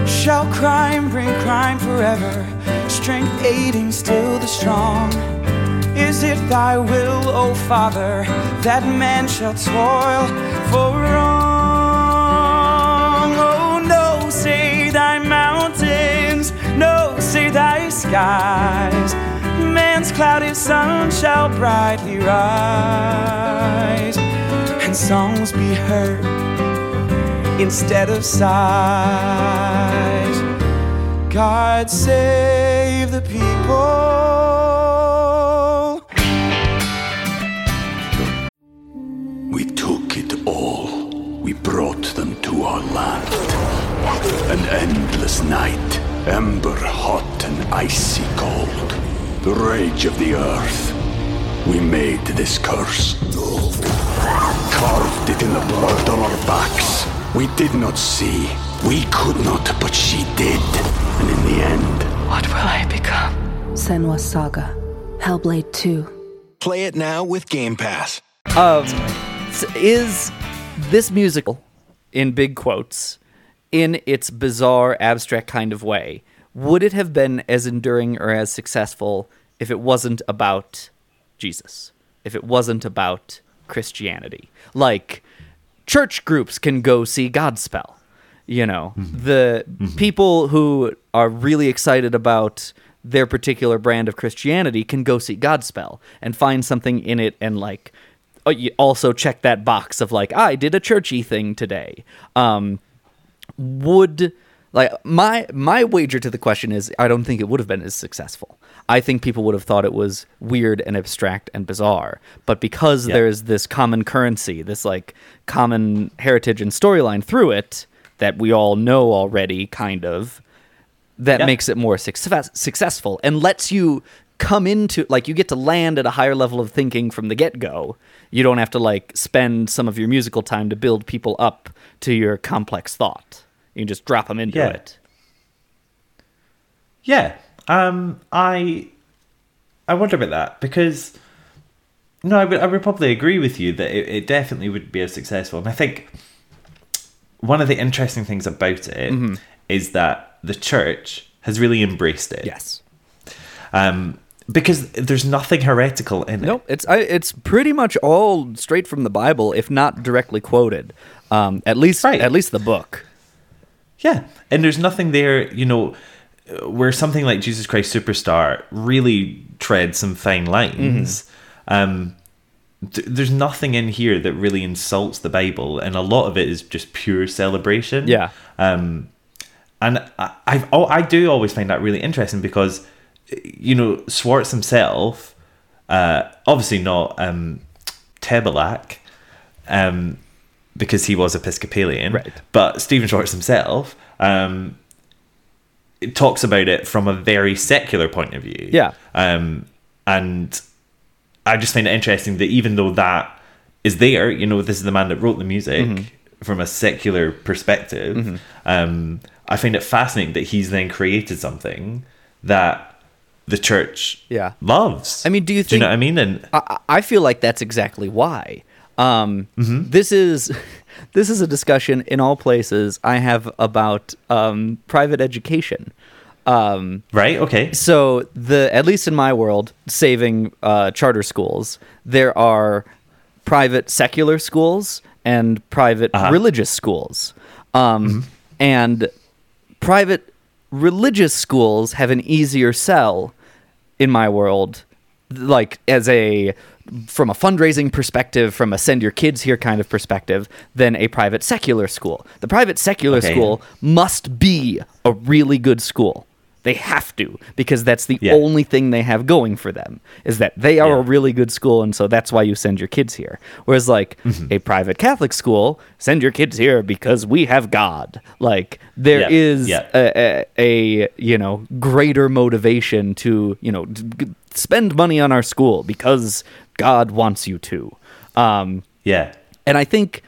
Shall crime bring crime forever? Strength aiding still the strong. Is it thy will, O Father, that man shall toil for wrong? Oh, no, say thy mountains, no, say thy skies. Man's cloudy sun shall brightly rise and songs be heard instead of sighs. God save the people.
We took it all. We brought them to our land. An endless night, ember hot and icy cold. The rage of the earth. We made this curse. Carved it in the blood on our backs. We did not see. We could not, but she did. And in the end,
what will I become?
Senwa Saga, Hellblade 2.
Play it now with Game Pass.
Um, is this musical, in big quotes, in its bizarre, abstract kind of way, would it have been as enduring or as successful if it wasn't about Jesus, if it wasn't about Christianity. Like church groups can go see Godspell. You know, mm-hmm. the mm-hmm. people who are really excited about their particular brand of Christianity can go see Godspell and find something in it and like uh, also check "Ah, that box of like I did a churchy thing today. Um, would Like my my wager to the question is, I don't think it would have been as successful. I think people would have thought it was weird and abstract and bizarre. But because
Yeah.
there's this common currency, this like common heritage and storyline through it that we all know already, kind of, that
Yeah.
makes it more success- successful and lets you come into like you get to land at a higher level of thinking from the get-go you don't have to like spend some of your musical time to build people up to your complex thought you can just drop them into
Yeah.
it
Yeah. Um I I wonder about that because no, I would, I would probably agree with you that it, it definitely would be as successful. And I think one of the interesting things about it is
Mhm.
that the church has really embraced it.
Yes.
Um because there's nothing heretical in it.
Nope, it's I, it's pretty much all straight from the Bible, if not directly quoted. Um, at least, at least the book.
Yeah, and there's nothing there, you know, where something like Jesus Christ Superstar really treads some fine lines. Um, th- there's nothing in here that really insults the Bible, and a lot of it is just pure celebration.
Yeah.
Um, and I, I've oh, I do always find that really interesting because, you know, Swartz himself, uh, obviously not um, Tebelak, um, because he was Episcopalian, right. but Stephen Schwartz himself um, it talks about it from a very secular point of view.
Yeah.
Um, and I just find it interesting that even though that is there, you know, this is the man that wrote the music
Mhm.
from a secular perspective.
Mhm.
Um, I find it fascinating that he's then created something that the church
Yeah.
loves.
I mean, do you
Do you know
think-
what I mean? And
I, I feel like that's exactly why. Um, This is this is a discussion in all places I have about um, private education. Um,
right. Okay.
So the at least in my world, saving uh, charter schools, there are private secular schools and private religious schools, um, and private religious schools have an easier sell in my world like as a from a fundraising perspective from a send your kids here kind of perspective than a private secular school the private secular
Okay.
school must be a really good school they have to because that's the only thing they have going for them is that they are a really good school and so that's why you send your kids here whereas like
Mm-hmm.
a private catholic school send your kids here because we have god like there
Yeah,
is
yeah.
a, a, a you know greater motivation to you know d- g- spend money on our school because God wants you to. Um,
yeah.
and I think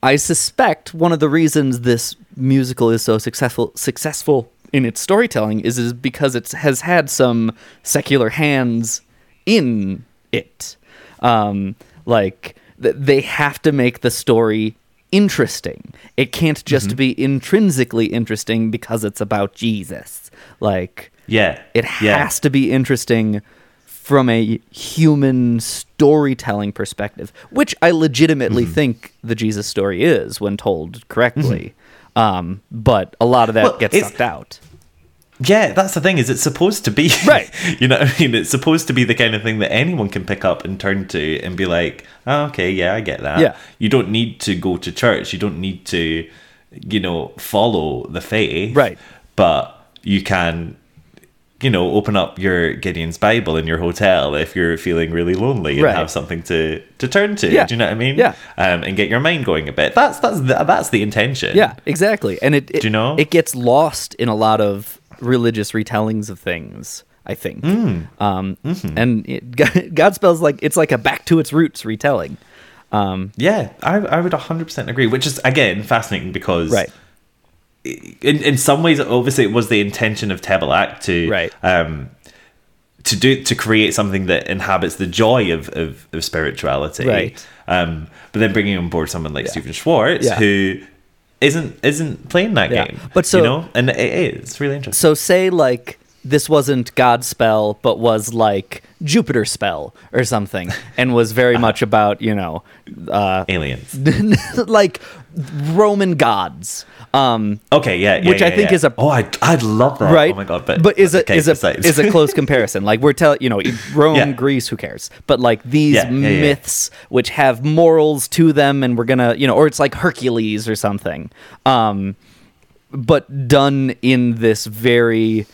I suspect one of the reasons this musical is so successful successful in its storytelling is is because it has had some secular hands in it. Um, like th- they have to make the story interesting. It can't just be intrinsically interesting because it's about Jesus. Like
Yeah.
it
yeah.
has to be interesting from a human storytelling perspective, which I legitimately
Mm-hmm.
think the Jesus story is when told correctly. Um, but a lot of that
Well,
gets
it's-
sucked out.
Yeah, that's the thing is it's supposed to be
Right.
you know, what I mean, it's supposed to be the kind of thing that anyone can pick up and turn to and be like, oh, okay, yeah, I get that.
Yeah.
you don't need to go to church. You don't need to, you know, follow the faith.
Right.
But you can, you know, open up your Gideon's Bible in your hotel if you're feeling really lonely and
Right.
have something to to turn to.
Yeah.
Do you know what I mean?
Yeah.
Um, and get your mind going a bit. That's that's the, that's the intention.
Yeah, exactly. And it, it
you know?
it gets lost in a lot of religious retellings of things. I think,
Mm.
um,
Mm-hmm.
and it, Godspell's like it's like a back to its roots retelling. Um,
Yeah, I, I would 100% agree, which is, again, fascinating because.
Right.
In, in some ways, obviously, it was the intention of Tebelak to
Right.
um, to do to create something that inhabits the joy of of, of spirituality.
Right.
Um, but then bringing on board someone like Stephen Schwartz,
Yeah.
who isn't isn't playing that
Yeah.
game,
But so-
you know, and it is it's really interesting.
So say like this wasn't Godspell, but was like Jupiter spell or something, and was very much about you know, uh,
Aliens.
like Roman gods. Um,
Okay, yeah, yeah
Which I
yeah,
think
yeah.
is a-
oh, I I'd love that.
right?
Oh my god, but
is a
okay,
is a
besides.
is a close comparison. Like we're telling you know Rome,
Yeah.
Greece, who cares? But like these
Yeah, yeah, yeah.
myths which have morals to them, and we're gonna you know, or it's like Hercules or something. Um, but done in this very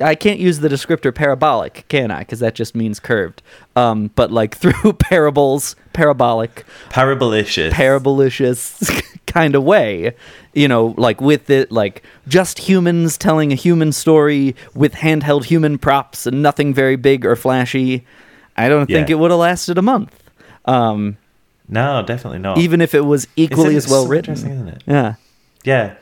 I can't use the descriptor parabolic, can I? Because that just means curved. Um, but like through parables, parabolic,
parabolicious,
parabolicious kind of way, you know, like with it, like just humans telling a human story with handheld human props and nothing very big or flashy. I don't yeah. think it would have lasted a month. Um,
no, definitely not.
Even if Oh. it was equally as well written, isn't it? Yeah,
yeah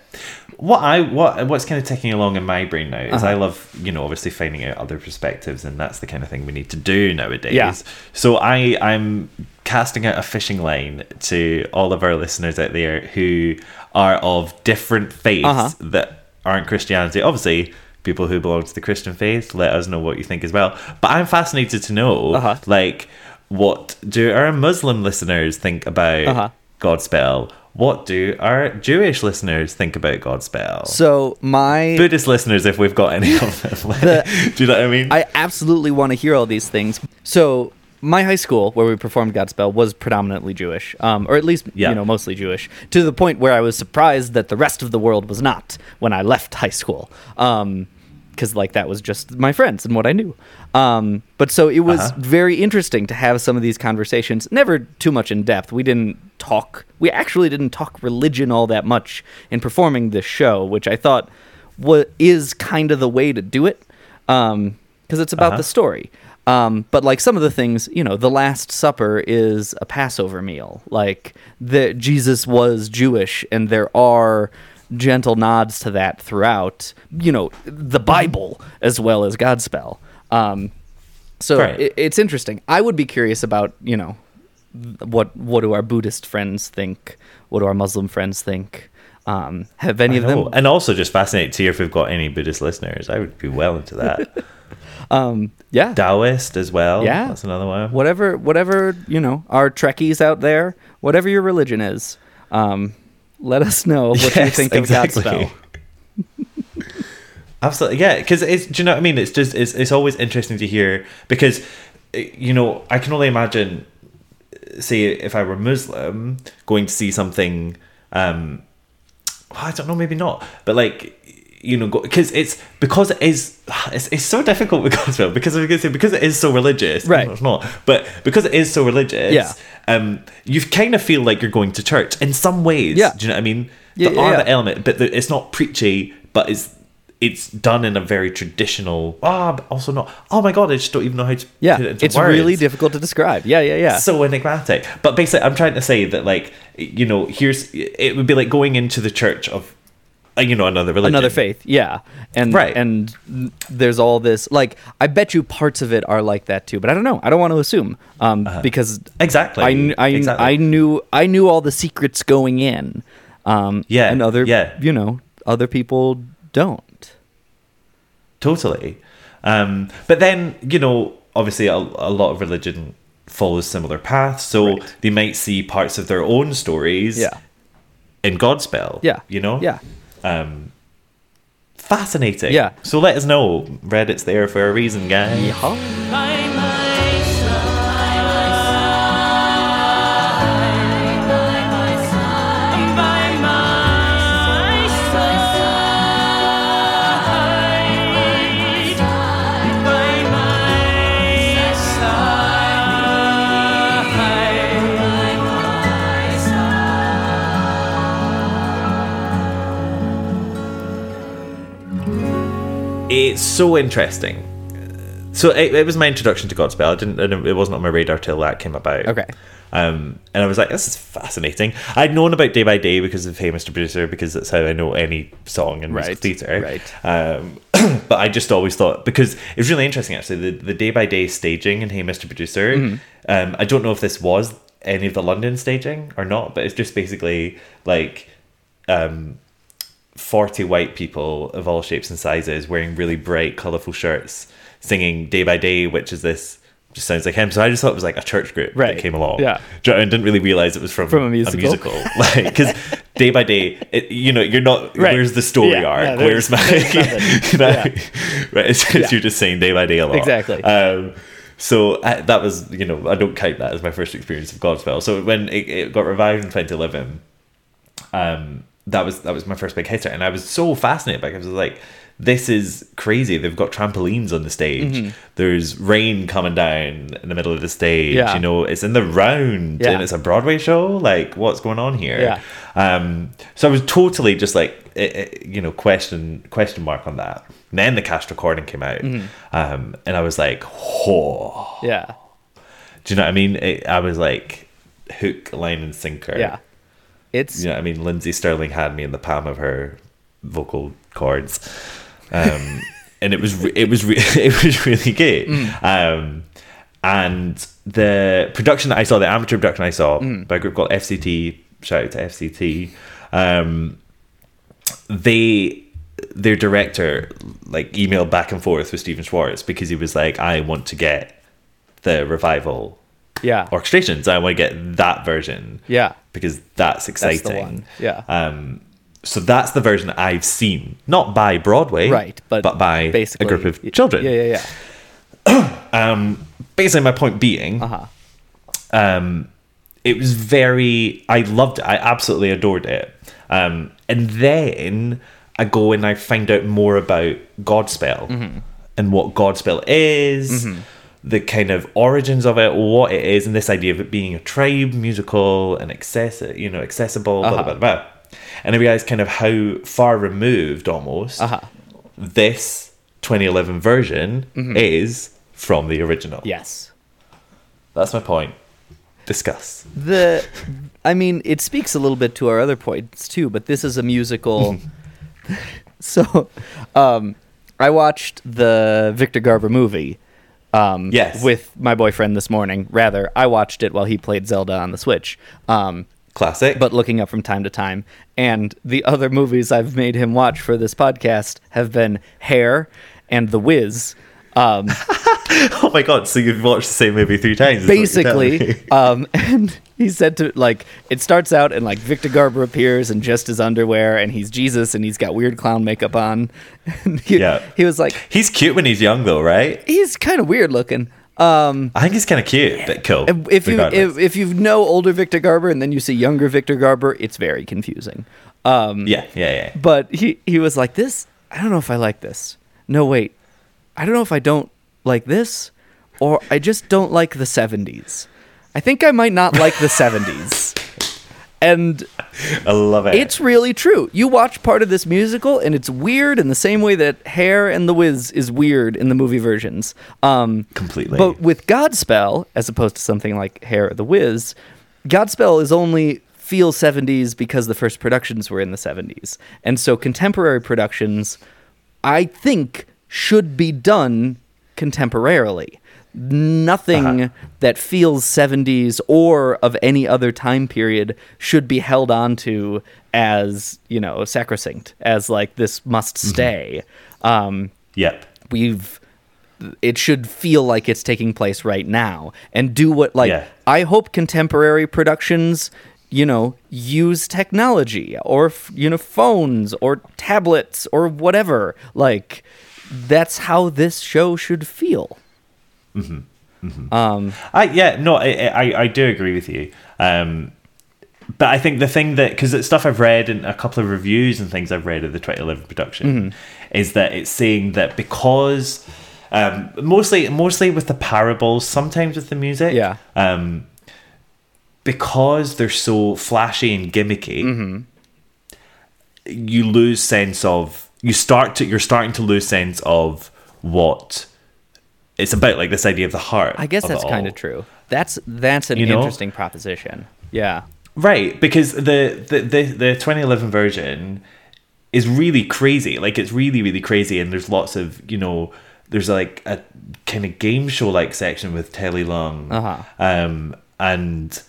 what I what what's kind of ticking along in my brain now is uh-huh. I love you know obviously finding out other perspectives and that's the kind of thing we need to do nowadays.
Yeah.
So I I'm casting out a fishing line to all of our listeners out there who are of different faiths uh-huh. that aren't Christianity. Obviously, people who belong to the Christian faith, let us know what you think as well. But I'm fascinated to know uh-huh. like what do our Muslim listeners think
Uh-huh.
about Godspell? what do our Jewish listeners think about Godspell?
So my
Buddhist listeners, if we've got any of them, like, the, do you know what I mean?
I absolutely want to hear all these things. So my high school, where we performed Godspell, was predominantly Jewish, um, or at least yeah. you know mostly Jewish, to the point where I was surprised that the rest of the world was not when I left high school. Um, because like that was just my friends and what I knew. Um, but so it was uh-huh. very interesting to have some of these conversations. Never too much in depth. We didn't talk. We actually didn't talk religion all that much in performing this show, which I thought was is kind of the way to do it because um, it's about uh-huh. the story. Um, but like some of the things, you know, the Last Supper is a Passover meal. Like that Jesus was Jewish, and there are gentle nods to that throughout, you know, the Bible as well as Godspell. Um, so right. it, it's interesting. I would be curious about, you know, what what do our Buddhist friends think? What do our Muslim friends think? Um, have any of them?
And also just fascinated to hear if we've got any Buddhist listeners. I would be well into that.
um, yeah.
Taoist as well.
Yeah.
That's another one.
Whatever, whatever, you know, our Trekkies out there, whatever your religion is, um, let us know what yes, you think of exactly. Godspell.
Absolutely, yeah. Because it's do you know what I mean? It's just it's it's always interesting to hear because eh, you know I can only imagine. eh, Say if I were Muslim, going to see something. um well, I don't know, maybe not, but like you know, because it's because it is it's, it's so difficult with Godspell because I was say because it is so religious,
right?
it's not, but because it is so religious,
yeah.
Um, you kind of feel like you're going to church in some ways.
Yeah.
do you know what I mean? Yeah, there yeah, are yeah. the element, but the, it's not preachy, but it's it's done in a very traditional. Ah, oh, also not. Oh my god, I just don't even know how to.
Yeah, it it's words. really difficult to describe. Yeah, yeah, yeah.
So enigmatic. But basically, I'm trying to say that like you know, here's it would be like going into the church of uh, you know another religion
another faith yeah and
right.
and there's all this like i bet you parts of it are like that too but i don't know i don't want to assume um, uh-huh. because
exactly
I, I,
exactly.
I knew i knew all the secrets going in um,
yeah
and other
yeah.
you know other people don't
totally um, but then you know obviously a, a lot of religion follows similar paths so
right.
they might see parts of their own stories
yeah
in godspell
yeah
you know
yeah
um, fascinating.
Yeah.
So let us know. Reddit's there for a reason, guys.
Yeehaw.
it's so interesting. So it, it, was my introduction to Godspell. I didn't, I didn't. It wasn't on my radar till that came about.
Okay.
Um, and I was like, this is fascinating. I'd known about Day by Day because of Hey Mr. Producer, because that's how I know any song in
right,
theatre.
Right.
Um, but I just always thought because it was really interesting actually the the Day by Day staging in Hey Mr. Producer. Mm-hmm. Um, I don't know if this was any of the London staging or not, but it's just basically like. Um, 40 white people of all shapes and sizes wearing really bright, colourful shirts, singing Day by Day, which is this just sounds like him. So I just thought it was like a church group
right.
that came along.
Yeah.
And didn't really realize it was from,
from a musical.
A musical. like, because day by day, it, you know, you're not,
right.
where's the story
yeah,
arc?
No,
where's my, you know,
yeah.
right? It's, it's, You're just saying day by day a lot.
Exactly.
Um, so I, that was, you know, I don't count that as my first experience of Godspell. So when it, it got revived in 2011, um, that was that was my first big hitter, and I was so fascinated by it. I was like, this is crazy. They've got trampolines on the stage.
Mhm.
There's rain coming down in the middle of the stage.
Yeah.
You know, it's in the round
Yeah.
and it's a Broadway show. Like, what's going on here? Yeah. Um, so I was totally just like, it, it, you know, question question mark on that. And then the cast recording came out,
Mhm.
um, and I was like, whoa.
Yeah.
Do you know what I mean? It, I was like hook, line, and sinker.
Yeah. It's
you know what I mean. Lindsay Sterling had me in the palm of her vocal cords, um, and it was re- it was re- it was really good.
Mm.
Um, and the production that I saw, the amateur production I saw
Mm.
by a group called FCT. Shout out to FCT. Um, they their director like emailed back and forth with Steven Schwartz because he was like, I want to get the revival
yeah.
orchestrations. I want to get that version.
Yeah.
Because that's
the
exciting.
one. Yeah.
Um so that's the version I've seen. Not by Broadway.
Right,
But, by
basically-
a group of children.
Yeah, yeah, yeah.
Um basically my point being
uh-huh.
um it was very I loved it. I absolutely adored it. Um and then I go and I find out more about Godspell
Mhm.
and what Godspell is,
Mhm.
the kind of origins of it, what it is, and this idea of it being a tribe musical and access, you know, accessible, blah, blah,
Uh-huh.
blah, blah. And I realized kind of how far removed almost this 2011 version
Mhm.
is from the original.
Yes.
That's my point. Discuss.
the i mean it speaks a little bit to our other points too but this is a musical so um i watched the victor garber movie um
Yes.
with my boyfriend this morning rather i watched it while he played zelda on the switch um
classic
but looking up from time to time and the other movies i've made him watch for this podcast have been hair and the wiz um
Oh my god, so you've watched the same movie three times. is what you're telling me.
basically um and he said to like it starts out and like victor garber appears in just his underwear and he's jesus and he's got weird clown makeup on and he,
Yeah.
he was like
He's cute when he's young though, right?
he's kind of weird looking um
I think he's kind of cute, but cool.
if you
regardless.
if, if you know older victor garber and then you see younger victor garber it's very confusing um
yeah yeah yeah
but he he was like this i don't know if i like this no wait i don't know if i don't like this or i just don't like the 70s i think i might not like the 70s and
I love it.
it's really true you watch part of this musical and it's weird in the same way that hair and the wiz is weird in the movie versions um
completely
but with Godspell, as opposed to something like Hair of the Wiz, Godspell is only feel 70s because the first productions were in the 70s. And so contemporary productions, I think, should be done contemporarily. Nothing that feels 70s or of any other time period should be held onto as, you know, sacrosanct, as like this must stay. Um,
yep.
We've it should feel like it's taking place right now and do what like
Yeah.
i hope contemporary productions you know use technology or f- you know phones or tablets or whatever like that's how this show should feel um
I yeah no I, I I do agree with you. Um, but I think the thing that because it's stuff I've read and a couple of reviews and things I've read of the 2011 production
Mm-hmm.
Mhm.
is that it's saying that because um, mostly mostly with the parables, sometimes with the music, yeah, um, because they're so flashy and gimmicky,
Mm-hmm.
you lose sense of you start to you're starting to lose sense of what it's about, like this idea of the heart.
i guess
of
that's
it
kind
all.
of true that's that's an
You know?
interesting proposition yeah
Right, because the the, the the 2011 version is really crazy. Like it's really really crazy, and there's lots of you know there's like a kind of game show like section with Telly Long,
Uh-huh.
um, and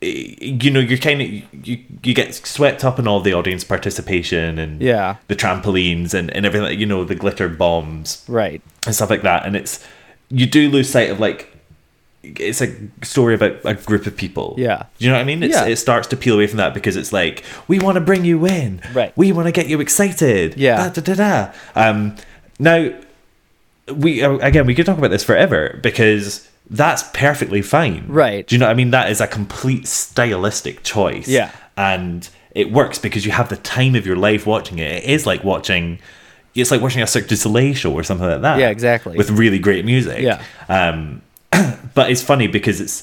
eh, you know you're kind of you you get swept up in all the audience participation and
Yeah.
the trampolines and and everything you know the glitter bombs
right
and stuff like that, and it's you do lose sight of like it's a story about a group of people
yeah
do you know what I mean? It's,
Yeah.
It starts to peel away from that because it's like, we want to bring you in. Right. We want to get you excited.
Yeah.
Da, da, da, da. Um, now, we uh, again, we could talk about this forever because that's perfectly fine.
Right.
Do you know what I mean? That is a complete stylistic choice.
Yeah.
And it works because you have the time of your life watching it. It is like watching. It's like watching a Cirque du Soleil show or something like that.
Yeah, exactly.
With really great music.
Yeah.
Um, but it's funny because it's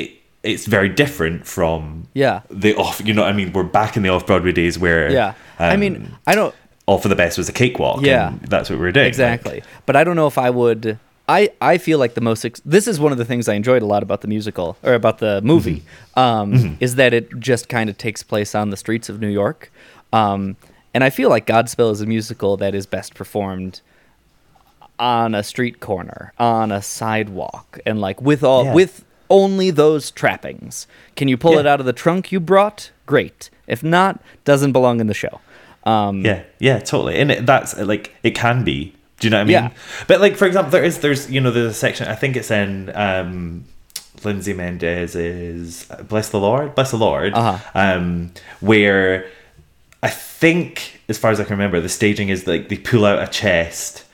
it it's very different from
yeah
the off. You know, what I mean, we're back in the off Broadway days where
yeah. I
um,
mean, I don't.
all for the best was a cakewalk.
Yeah.
and that's what we were doing.
Exactly. but I don't know if I would. I, I feel like the most ex- this is one of the things I enjoyed a lot about the musical or about the movie um, is that it just kind of takes place on the streets of New York, um, and I feel like Godspell is a musical that is best performed on a street corner, on a sidewalk, and like with all
Yeah.
with only those trappings. Can you pull it
Yeah.
out of the trunk you brought? Great. If not, doesn't belong in the show. Um,
yeah, yeah, totally. And it, that's uh, like it can be. Do you know what I mean?
Yeah.
But like for example, there is there's you know there's a section I think it's in um, Lindsay Mendez is bless the Lord, bless the Lord,
Uh-huh.
um, where I think as far as I can remember, the staging is like they pull out a chest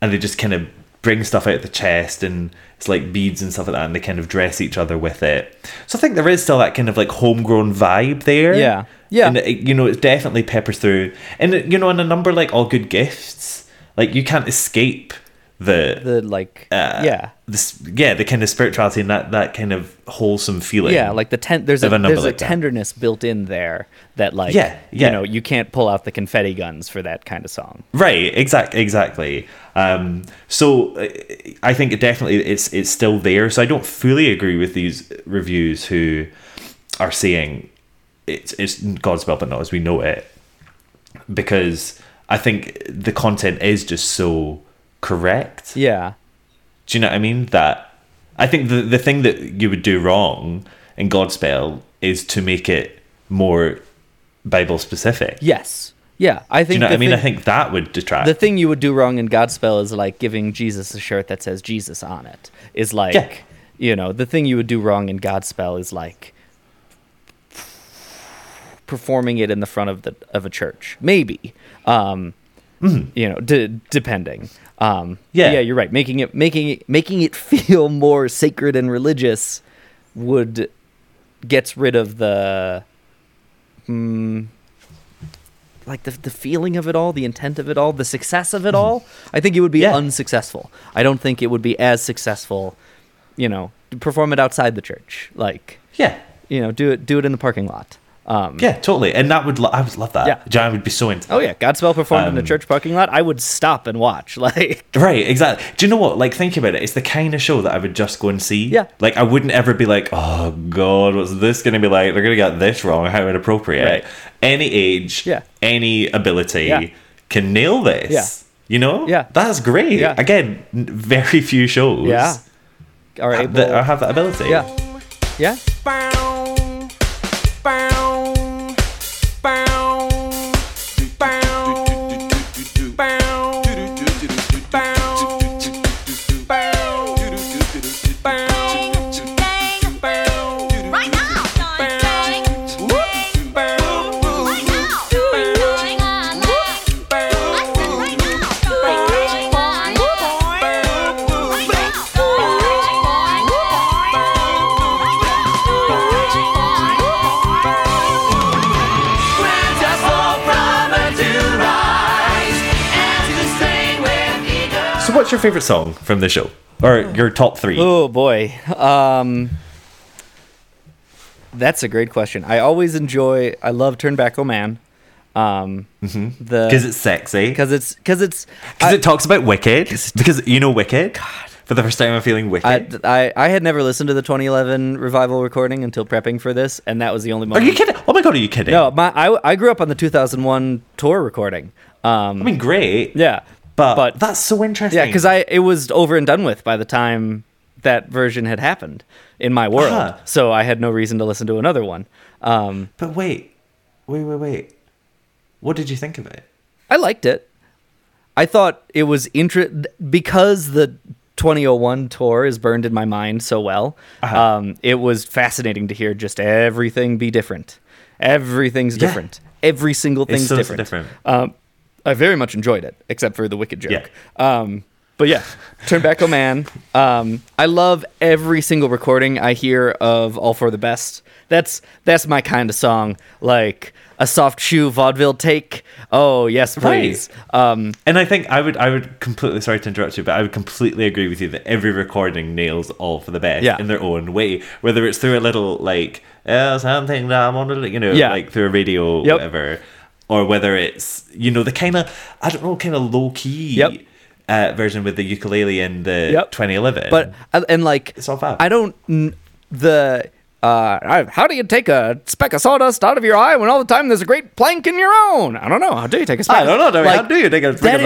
and they just kind of bring stuff out of the chest and it's like beads and stuff like that and they kind of dress each other with it so i think there is still that kind of like homegrown vibe there
Yeah. Yeah.
and it, you know it definitely peppers through and it- you know in a number like all good gifts like you can't escape the
the like
uh,
yeah.
this yeah the kind of spirituality and that that kind of wholesome feeling
Yeah, like the ten- there's a,
of number
there's a
like that.
tenderness built in there that like
Yeah, yeah.
you know you can't pull out the confetti guns for that kind of song.
Right, exactly, exactly. Um, so uh, I think it definitely it's it's still there. So I don't fully agree with these reviews who are saying it's it's Godspell, but not as we know it, because I think the content is just so correct.
Yeah,
Do you know what I mean? That I think the the thing that you would do wrong in Godspell is to make it more Bible specific.
yes, yeah. I
Do
think
you know
the
what I mean?
thing,
I think that would detract.
the thing you would do wrong in Godspell is like giving Jesus a shirt that says Jesus on it. Is like
Yeah.
you know the thing you would do wrong in Godspell is like performing it in the front of the of a church maybe um you know d- depending um
Mm-hmm. Yeah.
yeah you're right making it making it making it feel more sacred and religious would gets rid of the mm, like the, the feeling of it all the intent of it all the success of it all i think it would be unsuccessful i don't think it would be as successful you know to perform it outside the church like
yeah
you know do it do it in the parking lot um
Yeah, totally. And that would lo- I would love that.
Yeah.
John would be so into.
Oh yeah, Godspell performed in a
Um,
church parking lot. I would stop and watch. Like
Right, exactly. Do you know what? Like, think about it. It's the kind of show that I would just go and see.
Yeah.
Like, I wouldn't ever be like, oh, God, what's this going to be like? They're going to get this wrong. How inappropriate.
Right.
Any age,
Yeah.
any ability
Yeah.
can nail this.
Yeah.
You know?
Yeah.
That's great.
Yeah.
Again, n- very few shows
Yeah. Are
ha-
able-
that are- have that ability.
Yeah. Yeah.
So, what's your favorite song from the show? Or your top three?
Oh boy. Um That's a great question. I always enjoy I love Turn Back O Man. Um
Mm-hmm.
the
Because it's sexy.
cuz it's cuz it's
Because it talks about Wicked. Because you know Wicked. God. For the first time, I'm feeling Wicked.
I, I I had never listened to the 2011 revival recording until prepping for this and that was the only
are
moment
you kidding? Oh my god, are you kidding?
No, my I, I grew up on the 2001 tour recording. Um, I
mean, great.
Yeah,
but, that's so interesting.
Yeah, because I it was over and done with by the time that version had happened in my world,
Uh-huh.
so I had no reason to listen to another one. Um,
But wait, wait, wait, wait. What did you think of it?
I liked it. I thought it was intre- because the 2001 tour is burned in my mind so well.
Uh-huh.
Um, it was fascinating to hear just everything be different. Everything's
Yeah.
different. Every single
It's
thing's
so, so
different.
different. uh,
Um, I very much enjoyed it, except for the wicked joke. Um, But yeah, Turnbacko Man. Um, I love every single recording I hear of All for the Best. That's that's my kind of song. Like a soft shoe vaudeville take. Oh yes, please.
Right. Um, and I think I would I would completely sorry to interrupt you, but I would completely agree with you that every recording nails All for the Best
Yeah.
in their own way, whether it's through a little like oh, something that I'm on, the li-" you know,
Yeah.
like through a radio,
Yep.
whatever, or whether it's you know the kind of I don't know, kind of low key. Uh, version with the ukulele in the
Yep.
2011
But and- and like
it's all fab.
I don't n- the uh, I- how do you take a speck of sawdust out of your eye when all the time there's a great plank in your own? I don't know. How do you take a speck?
I don't know. Like,
Like,
how do you think it's
That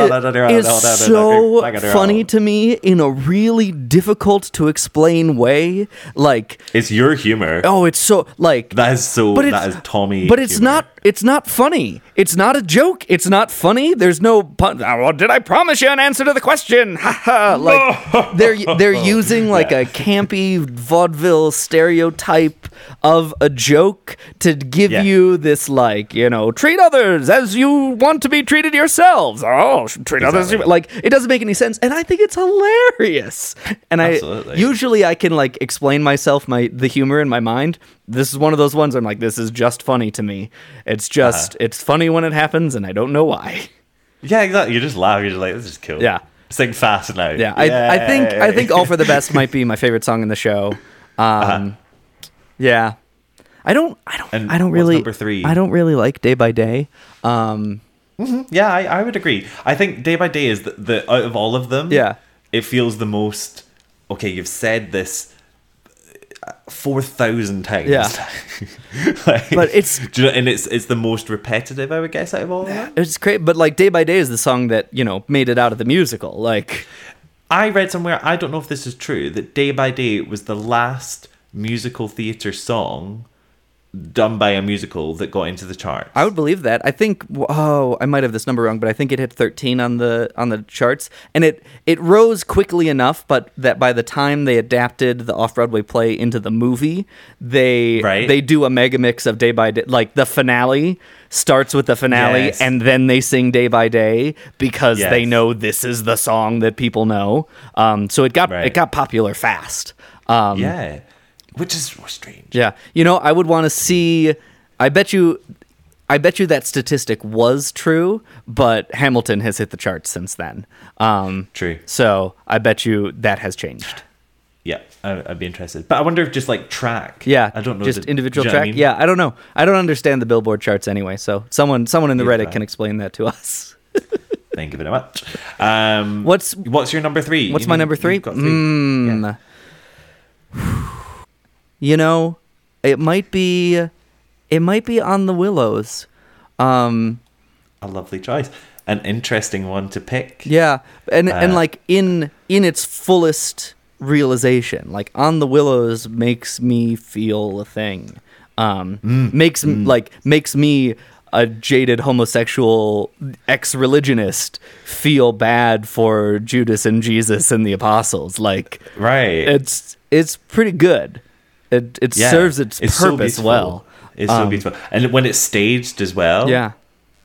is, is so funny to me in a really difficult to explain way. Like,
It's your humor.
oh, it's so like
that is so.
but
that
it's
is Tommy.
But it's
humor.
not. It's not funny. It's not a joke. It's not funny. There's no pun. Oh, well, did I promise you an answer to the question? Ha ha! Like they're they're using like a campy vaudeville stereotype of a joke to give you this like you know treat others as you want to be treated yourselves. Oh, treat others
Exactly.
like it doesn't make any sense, and I think it's hilarious. And I
Absolutely.
usually I can like explain myself my the humor in my mind. This is one of those ones where I'm like, this is just funny to me. It's
Uh-huh.
just it's funny when it happens, and I don't know why.
Yeah, exactly. You just laugh. You're just like, this is cool.
Yeah.
Sing fast now.
Yeah, I, I think I think
Yay.
all for the best might be my favorite song in the show. Um, Yeah, I don't I don't
Uh-huh. And
I don't
what's
really
number three?
I don't really like day by day. Um,
yeah, I, I would agree. I think day by day is the, the out of all of them.
Yeah.
it feels the most. Okay, you've said this four thousand times.
Yeah.
Like,
But it's-
do you know, and it's it's the most repetitive. I would guess out of all of them.
it's great, but like day by day is the song that you know made it out of the musical. Like
I read somewhere, I don't know if this is true, that Day by Day was the last musical theatre song done by a musical that got into the charts.
I would believe that. I think oh, I might have this number wrong, but I think it hit 13 on the on the charts and it it rose quickly enough but that by the time they adapted the off-Broadway play into the movie, they
Right.
they do a mega mix of day by day like the finale starts with the finale
Yes.
and then they sing day by day because they
Yes.
know this is the song that people know. Um, so it got it
Right.
got popular fast. Um,
Yeah. Which is strange.
yeah. You know, I would want to see I bet you I bet you that statistic was true, but Hamilton has hit the charts since then. Um
True.
so I bet you that has changed.
Yeah, I, I'd be interested. But I wonder if just like track.
Yeah.
I don't know.
Just
the-
individual
do you know
track.
what I mean?
Yeah, I don't know. I don't understand the Billboard charts anyway, so someone someone in the
Neither do
Reddit
I.
can explain that to us.
Thank you very much. Um,
What's
what's your number three?
what's
You
my
know,
number
you've
three?
got three.
Mm. You know, it might be it might be on the Willows. Um
A lovely choice. An interesting one to pick.
Yeah, and and
Uh,
like in in its fullest realization, like on the willows makes me feel a thing. Um,
Mm,
makes m like makes me a jaded homosexual ex-religionist feel bad for Judas and Jesus and the apostles. Like
Right.
it's it's pretty good. It it
Yeah.
serves its,
so
purpose
beautiful.
well.
It's so
Um,
beautiful, and when it's staged as well,
Yeah.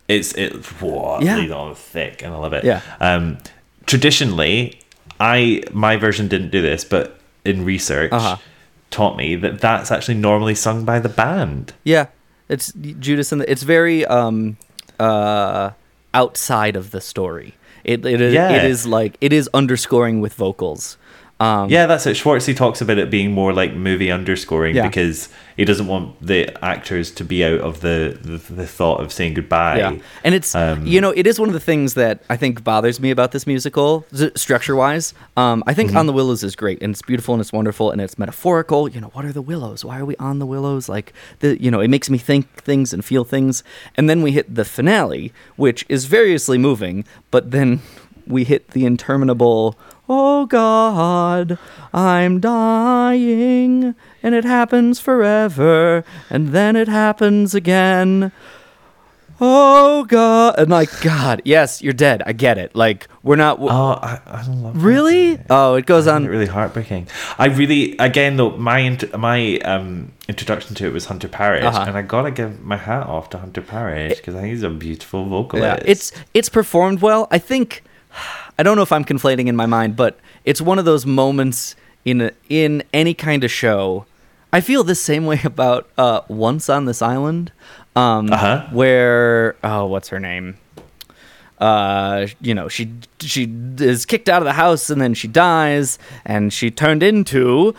it's it whoa,
Yeah.
yeah. on thick, and I love it.
Yeah.
Um, traditionally, I my version didn't do this, but in research,
Uh-huh.
taught me that that's actually normally sung by the band.
Yeah, it's Judas and the, it's very um uh outside of the story. It it is
Yeah.
it is like it is underscoring with vocals. Um,
Yeah, that's it. Schwartzy talks about it being more like movie underscoring
Yeah.
because he doesn't want the actors to be out of the the, the thought of saying goodbye.
Yeah, and it's
Um,
you know it is one of the things that I think bothers me about this musical structure wise. Um, I think On the Willows is great and it's beautiful and it's wonderful and it's metaphorical. You know, what are the willows? Why are we on the willows? Like the you know it makes me think things and feel things. And then we hit the finale, which is variously moving, but then we hit the interminable. Oh God, I'm dying, and it happens forever, and then it happens again. Oh God! And like God, yes, you're dead. I get it. Like we're not w-
oh, I, I don't love that.
really. Oh, it goes on.
Isn't it really heartbreaking. I really, again though, my int- my um, introduction to it was Hunter Parrish,
Uh-huh.
and I gotta give my hat off to Hunter Parrish because I think he's a beautiful vocalist.
Yeah, it's it's performed well. I think I don't know if I'm conflating in my mind, but it's one of those moments in a, in any kind of show. I feel the same way about uh, Once on This Island, um,
uh-huh.
where oh, what's her name? Uh, you know, she she is kicked out of the house and then she dies, and she turned into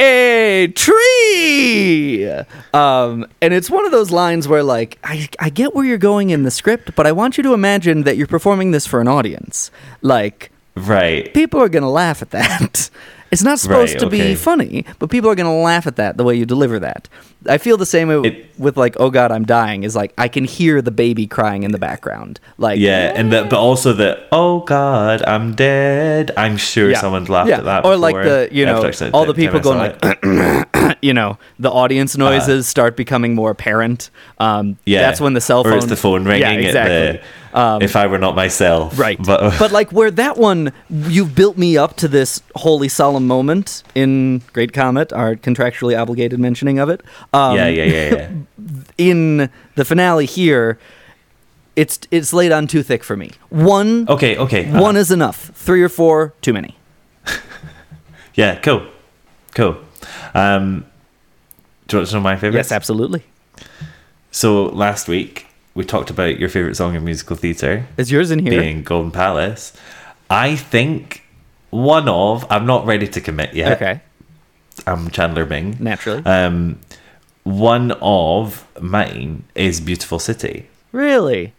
a tree. Um, and it's one of those lines where, like, I, I get where you're going in the script, but I want you to imagine that you're performing this for an audience. Like,
right?
People are gonna laugh at that. It's not supposed
Right,
to
okay.
be funny, but people are gonna laugh at that the way you deliver that. I feel the same way with like, "Oh God, I'm dying." Is like I can hear the baby crying in the background. Like,
yeah, and that, but also the oh god, I'm dead. I'm sure
Yeah.
someone's laughed
Yeah.
at that.
Or like
before.
the you know
After I-
all the
time
people
I saw
going
it.
like you know the audience noises start becoming more apparent. Um,
Uh, yeah,
that's when the cell phone
or it's the phone ringing.
Yeah, exactly.
At the, if I were not myself,
Right.
But, uh,
but like where that one, you've built me up to this holy solemn moment in Great Comet, our contractually obligated mentioning of it. Um,
yeah, yeah, yeah, yeah.
in the finale here, it's it's laid on too thick for me. One,
okay, okay,
one is enough. Three or four, too many.
Yeah, cool. Cool. Um, do you want to know my favorite?
Yes, absolutely.
So last week we talked about your favorite song in musical theatre.
Is yours in here?
Being Golden Palace. I think one of, I'm not ready to commit yet.
Okay.
I'm Chandler Bing.
Naturally.
Um, one of mine is Beautiful City.
Really?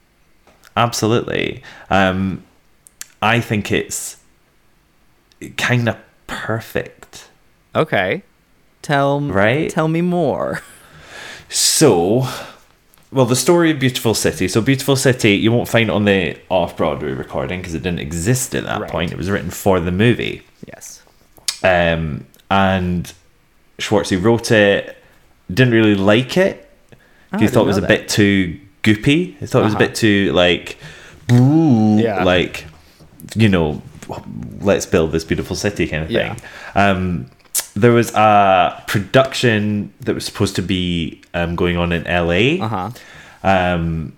Absolutely. Um, I think it's kind of perfect.
Okay. Tell
Right?
Tell me more.
So, well, the story of Beautiful City. So, Beautiful City, you won't find it on the off Broadway recording because it didn't exist at that point. It was written for the movie.
Yes.
Um, and Schwartzy wrote it, didn't really like it.
Oh, I
he
didn't
thought it was a
know that.
bit too goopy. He thought it was a
Uh-huh.
bit too, like, "Ooh,"
Yeah.
like, you know, let's build this beautiful city kind of
Yeah.
thing. Um, there was a production that was supposed to be um, going on in LA.
Uh-huh.
Um,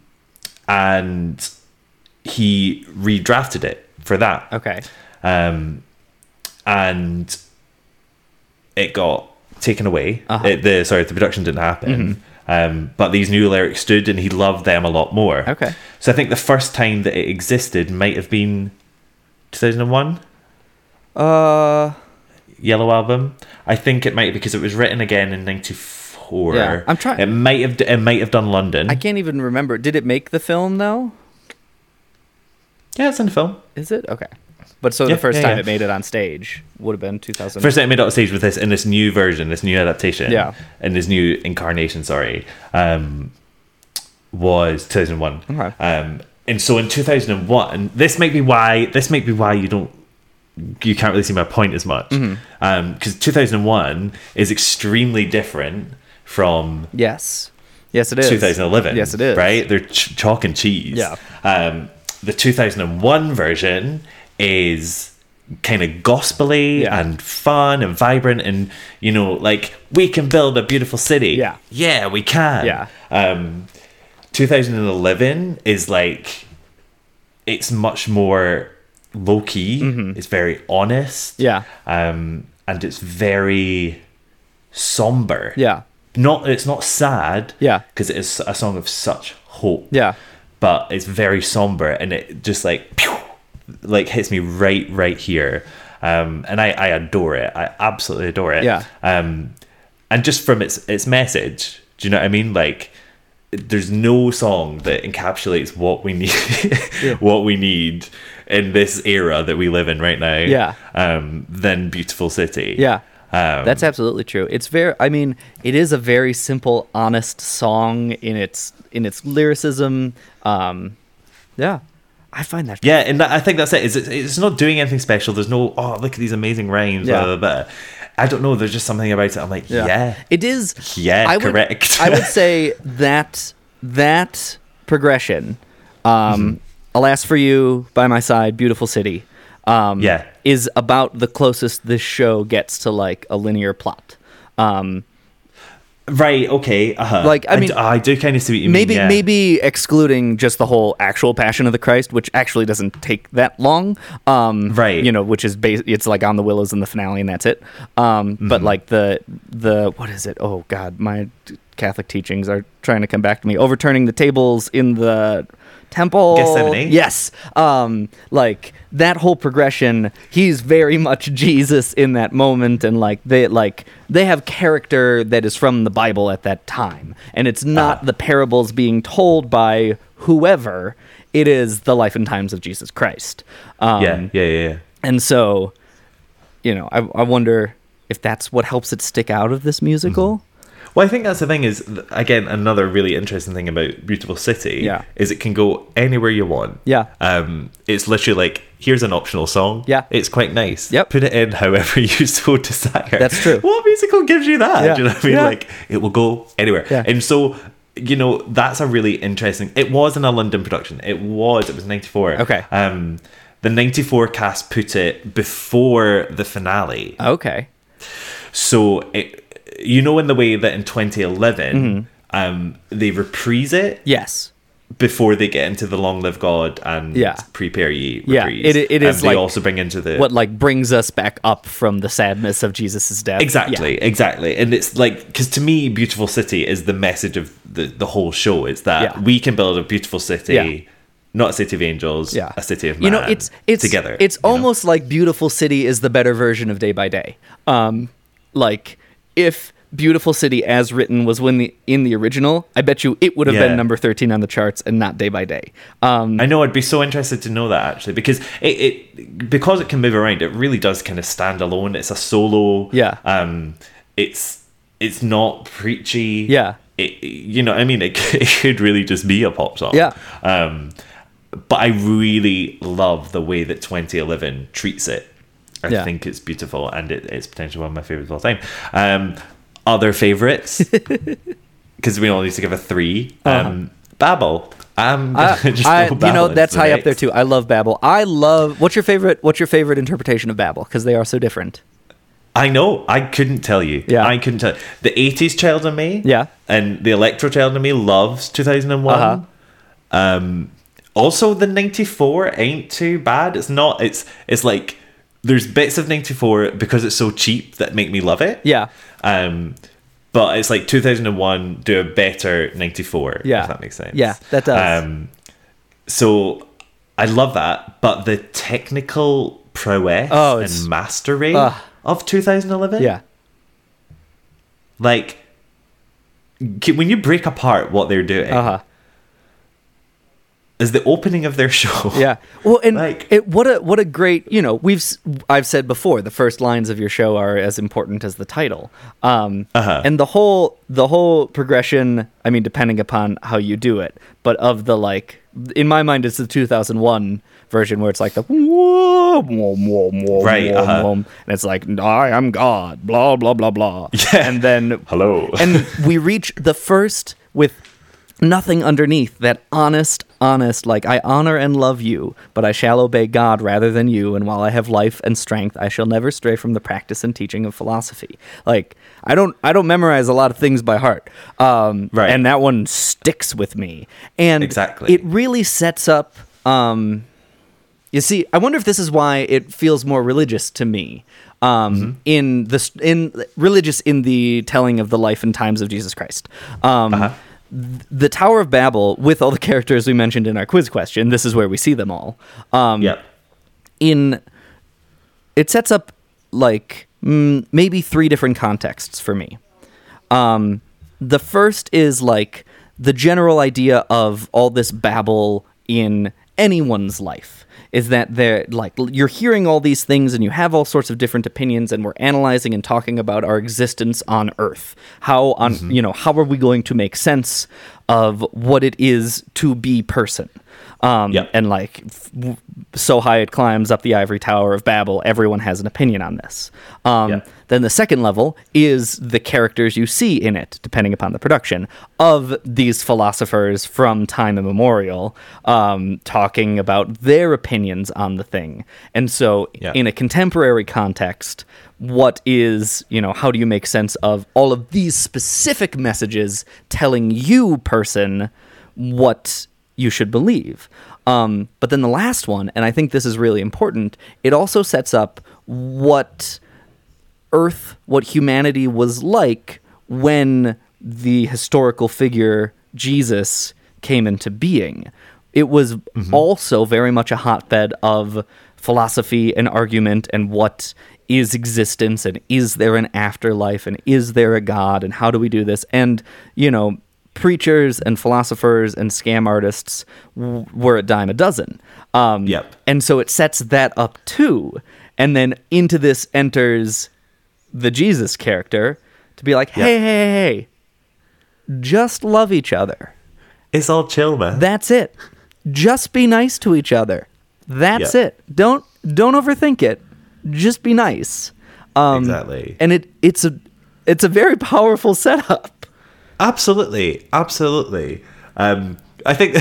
and he redrafted it for that.
Okay.
Um, and it got taken away.
Uh-huh. Mm-hmm.
It- the sorry, the production didn't happen. Um, but these new lyrics stood, and he loved them a lot more.
Okay.
So I think the first time that it existed might have been 2001
Uh.
Yellow Album. I think it might because it was written again in '94.
Yeah, I'm trying-
It might have. It might have done London.
I can't even remember. Did it make the film though?
Yeah, it's in the film.
Is it okay? But so
Yeah,
the first
yeah,
time
yeah.
it made it on stage would have been 2000.
First time it made it on stage with this in this new version, this new adaptation,
Yeah.
and this new incarnation. Sorry, um, was 2001.
Okay.
Um, and so in 2001, and this might be why this might be why you don't you can't really see my point as much
Mm-hmm.
Um, because 2001 is extremely different from
Yes. Yes, it is.
2011.
Yes, it is.
Right? They're ch- chalk and cheese.
Yeah.
Um, the 2001 version is kind of gospely
Yeah.
and fun and vibrant and you know like we can build a beautiful city.
Yeah.
Yeah, we can.
Yeah.
Um, 2011 is like it's much more low key. It's very honest.
Mm-hmm. Yeah.
Um, and it's very somber
Yeah.
not it's not sad
Yeah.
because it is a song of such hope
Yeah.
but it's very somber and it just like pew, like hits me right right here um and i i adore it i absolutely adore it
Yeah.
um and just from its its message do you know what i mean like there's no song that encapsulates what we need what we need in this era that we live in right now
Yeah.
um than beautiful city
Yeah.
um
That's absolutely true. It's very I mean, it is a very simple, honest song in its in its lyricism. Um yeah. I find that
Yeah, and that, I think that's it. It's, it's not doing anything special. There's no oh look at these amazing rhymes.
Yeah.
Blah, blah, blah. I don't know. There's just something about it. I'm like yeah, yeah,
It is I would-
correct.
I would say that that progression, um, Alas for You, By My Side, Beautiful City, um,
Yeah.
is about the closest this show gets to like a linear plot. Um,
Right. Okay. Uh-huh.
Like, I
d-
mean-
I do kind of see what you
maybe
mean. yeah.
maybe excluding just the whole actual Passion of the Christ, which actually doesn't take that long, um,
right?
You know, which is bas- it's like on the Willows in the finale, and that's it. Um,
Mm-hmm.
But like the the what is it? Oh God, my Catholic teachings are trying to come back to me. Overturning the tables in the temple,
Gethsemane?
Yes, um, like that whole progression. He's very much Jesus in that moment, and like they like they have character that is from the Bible at that time, and it's not the parables being told by whoever. It is the life and times of Jesus Christ. Um,
yeah, yeah, yeah, yeah.
and so, you know, I, I wonder if that's what helps it stick out of this musical.
Well, I think that's the thing is th- again another really interesting thing about Beautiful City
Yeah.
is it can go anywhere you want.
Yeah.
Um, it's literally like here's an optional song.
Yeah.
It's quite nice.
Yep.
Put it in however you so desire.
That's true.
What musical gives you that?
Yeah.
Do you know what I mean?
Yeah.
Like it will go anywhere.
Yeah.
And so you know that's a really interesting. It was in a London production. It was. It was ninety four.
Okay.
Um, the ninety four cast put it before the finale.
Okay.
So it, you know, in the way that in
Mm-hmm.
2011, um, they reprise it
Yes.
before they get into the Long Live God and
Yeah.
Prepare Ye reprise.
Yeah, it- it
Um,
is
they
like
also bring into the
what like brings us back up from the sadness of Jesus' death.
exactly, exactly, and it's like because to me, beautiful city is the message of the the whole show. It's that
Yeah.
we can build a beautiful city.
Yeah.
Not a city of angels,
Yeah.
a city of man.
You know, it's it's
together.
It's
you know?
almost like Beautiful City is the better version of Day by Day. Um, like if Beautiful City as written was when the in the original, I bet you it would have
Yeah.
been number thirteen on the charts and not Day by Day. Um,
I know I'd be so interested to know that actually because it, it because it can move around it really does kind of stand alone it's a solo
Yeah.
um it's it's not preachy
Yeah.
it, you know I mean it, c- it could really just be a pop song
Yeah.
um but I really love the way that 2011 treats it I
Yeah.
think it's beautiful and it, it's potentially one of my favorites of all time um other favorites because we all need to give a three um Babel I'm
Uh-huh. I-
gonna just
Uh, I-
throw
you know
Babel into
that's
the
high up
mix.
there too. I love Babel. I love. What's your favorite? What's your favorite interpretation of Babel? Because they are so different.
I know. I couldn't tell you.
Yeah.
I couldn't tell. The 80s child in me.
Yeah.
And the electro child in me loves 2001.
Uh-huh.
Um, also, the 94 ain't too bad. It's not. It's it's like there's bits of 94 because it's so cheap that make me love it.
Yeah.
Um, but it's like 2001 do a better 94.
Yeah.
If that makes sense.
Yeah, that does.
Um, so I love that. But the technical prowess
Oh, it's-
and mastery
Ugh.
of 2011.
Yeah.
Like, c- when you break apart what they're doing,
Uh huh.
is the opening of their show.
Yeah. Well, and
Like-
it, what a what a great you know we've s- I've said before the first lines of your show are as important as the title. Um,
Uh-huh.
And the whole the whole progression. I mean, depending upon how you do it, but of the like in my mind, it's the 2001 version where it's like the whoom, whoom, whoom, whoom,
Right,
whoom,
uh-huh.
whoom, and it's like I am God, blah blah blah blah. Yeah. And then
Hello.
and we reach the first with nothing underneath that honest honest like i honor and love you but i shall obey god rather than you and while i have life and strength i shall never stray from the practice and teaching of philosophy like i don't i don't memorize a lot of things by heart um
Right.
and that one sticks with me and
Exactly.
it really sets up um you see, I wonder if this is why it feels more religious to me. Um,
Mm-hmm.
in this, in religious in the telling of the life and times of Jesus Christ. Um,
Uh-huh.
th- The Tower of Babel, with all the characters we mentioned in our quiz question, this is where we see them all. Um,
yep.
In it sets up like mm, maybe three different contexts for me. Um, the first is like the general idea of all this babble in anyone's life is that they're like l- you're hearing all these things and you have all sorts of different opinions and we're analyzing and talking about our existence on earth how on you know how are we going to make sense of what it is to be person um,
Yep.
and like f- w- so high it climbs up the ivory tower of babel everyone has an opinion on this um,
Yeah.
then the second level is the characters you see in it, depending upon the production, of these philosophers from time immemorial, um, talking about their opinions on the thing. And so,
Yeah.
in a contemporary context, what is, you know, how do you make sense of all of these specific messages telling you, person, what you should believe? Um, but then the last one, and I think this is really important, it also sets up what Earth, what humanity was like when the historical figure Jesus came into being. It was mm-hmm. also very much a hotbed of philosophy and argument and what is existence and is there an afterlife and is there a God and how do we do this? And, you know, preachers and philosophers and scam artists w- were a dime a dozen. Um,
yep.
And so it sets that up too. And then into this enters the Jesus character to be like, hey, yep. hey, hey, just love each other.
It's all chill, man.
That's it. Just be nice to each other. That's yep. it. Don't don't overthink it. Just be nice.
Um, exactly.
And it it's a it's a very powerful setup.
Absolutely, absolutely. Um, I think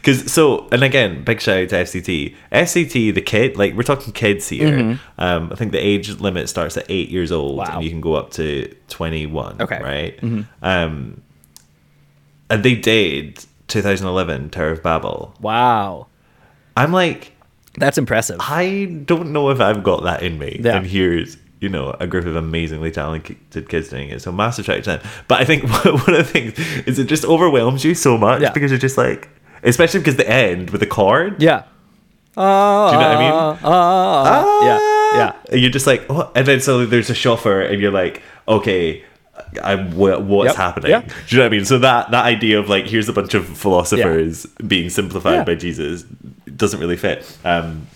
because so and again, big shout out to FCT. FCT, the kid, like we're talking kids here. Mm-hmm. Um, I think the age limit starts at eight years old, wow. and you can go up to twenty one. Okay, right. Mm-hmm. Um, and they did 2011 Tower of Babel.
Wow,
I'm like,
that's impressive.
I don't know if I've got that in me. Yeah. And here's you know a group of amazingly talented kids doing it. So massive shout out to them. But I think one of the things is it just overwhelms you so much yeah. because you're just like, especially because the end with the chord.
Yeah.
Uh, Do you know what I mean?
Uh, uh, yeah,
ah. yeah. you're just like, oh. and then so there's a chauffeur, and you're like, okay. I, what's yep. happening? Yep. Do you know what I mean? So that that idea of like here's a bunch of philosophers yeah. being simplified by Jesus doesn't really fit. Um,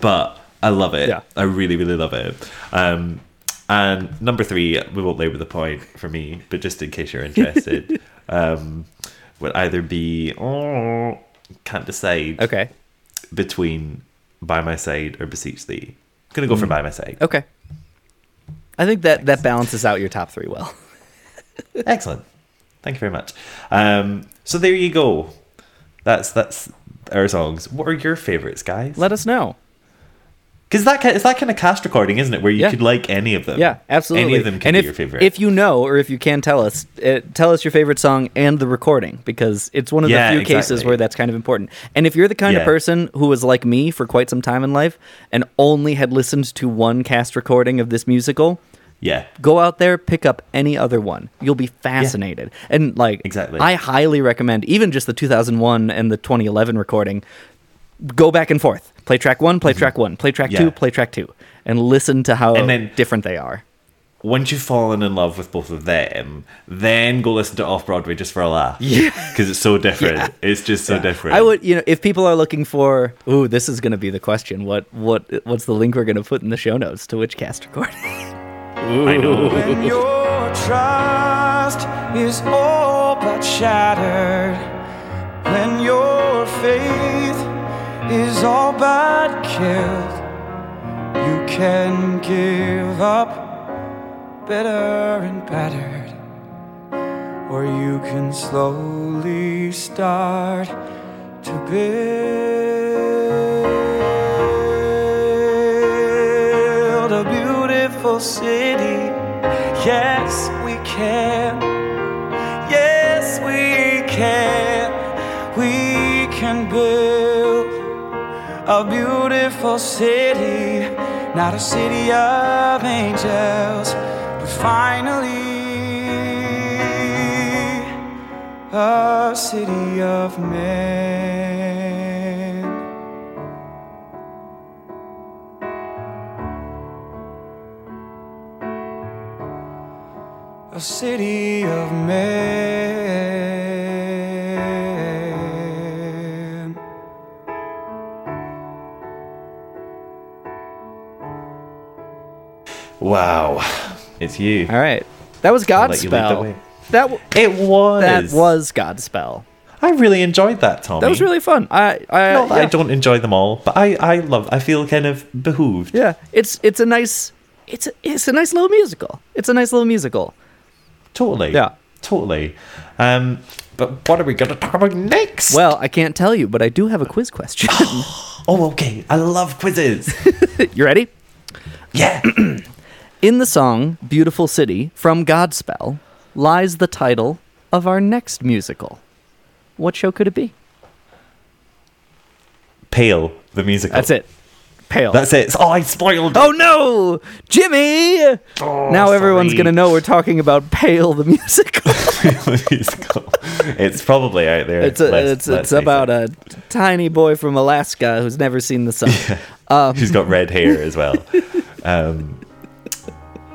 but I love it. Yeah. I really, really love it. Um, and number three, we won't labour the point for me, but just in case you're interested, um, would either be oh, can't decide.
Okay.
Between by my side or beseech thee. I'm gonna go mm. for by my side.
Hmm. Okay. I think that Thanks. that balances out your top three well.
Excellent. Thank you very much. Um, so there you go. That's that's our songs. What are your favorites, guys?
Let us know.
Because that it's that kind of cast recording, isn't it? Where you yeah. could like any of them.
Yeah, absolutely.
Any of them can
and
be
if,
your favorite.
If you know, or if you can tell us, uh, tell us your favorite song and the recording, because it's one of yeah, the few exactly. cases where that's kind of important. And if you're the kind yeah. of person who was like me for quite some time in life and only had listened to one cast recording of this musical,
yeah,
go out there, pick up any other one. You'll be fascinated. And like,
exactly,
I highly recommend even just the 2001 and the 2011 recording go back and forth. Play track one,
Mm-hmm.
play track one, play track yeah. two, play track two, and listen to how and then, different they are.
Once you've fallen in love with both of them, then go listen to Off Broadway just for a laugh.
Yeah,
because it's so different. Yeah. It's just so yeah. different.
I would, you know, if people are looking for, ooh, this is going to be the question. What, what, what's the link we're going to put in the show notes to which cast recording?
I know.
When your trust is all but shattered, when your faith is all but killed. You can give up bitter and battered, or you can slowly start to build a beautiful city. Yes, we can. Yes, we can. We can build a beautiful city, not a city of angels, but finally a city of men. A city of men.
Wow, it's you.
All right, that was Godspell. That w-
it was.
That was Godspell.
I really enjoyed that, Tommy.
That was really fun. I I,
Not that Uh, yeah. I don't enjoy them all, but I I love. I feel kind of behooved.
Yeah, it's it's a nice it's a, it's a nice little musical. It's a nice little musical.
Totally.
Yeah.
Totally. Um, but what are we gonna talk about next?
Well, I can't tell you, but I do have a quiz question.
oh, okay. I love quizzes.
you ready?
Yeah.
In the song Beautiful City from Godspell lies the title of our next musical. What show could it be?
Pale, the musical.
That's it. Pale.
That's it. Oh, I spoiled it.
Oh, no! Jimmy! Oh, now everyone's
sorry.
going to know we're talking about Pale, the musical.
The musical. It's probably out there.
It's, a,
Let's-
it's,
let's
it's
face
about
it.
a tiny boy from Alaska who's never seen the sun. Um,
Who's got red hair as well. um,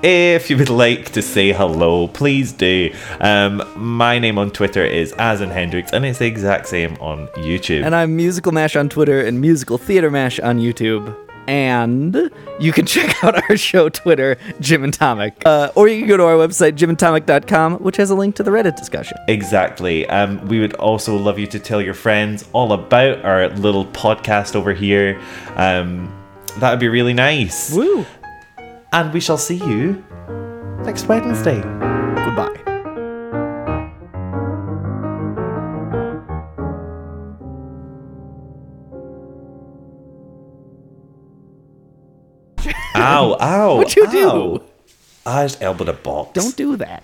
if you would like to say hello, please do. Um, my name on Twitter is Asin Hendricks, and it's the exact same on YouTube.
And I'm Musical Mash on Twitter and Musical Theater Mash on YouTube. And you can check out our show Twitter, Jim and Tomic. Uh, or you can go to our website, jimandtomic.com, which has a link to the Reddit discussion.
Exactly. Um, we would also love you to tell your friends all about our little podcast over here. Um, that would be really nice.
Woo!
And we shall see you next Wednesday.
Goodbye.
Ow, ow.
What'd you do?
ow. I just elbowed a box.
Don't do that.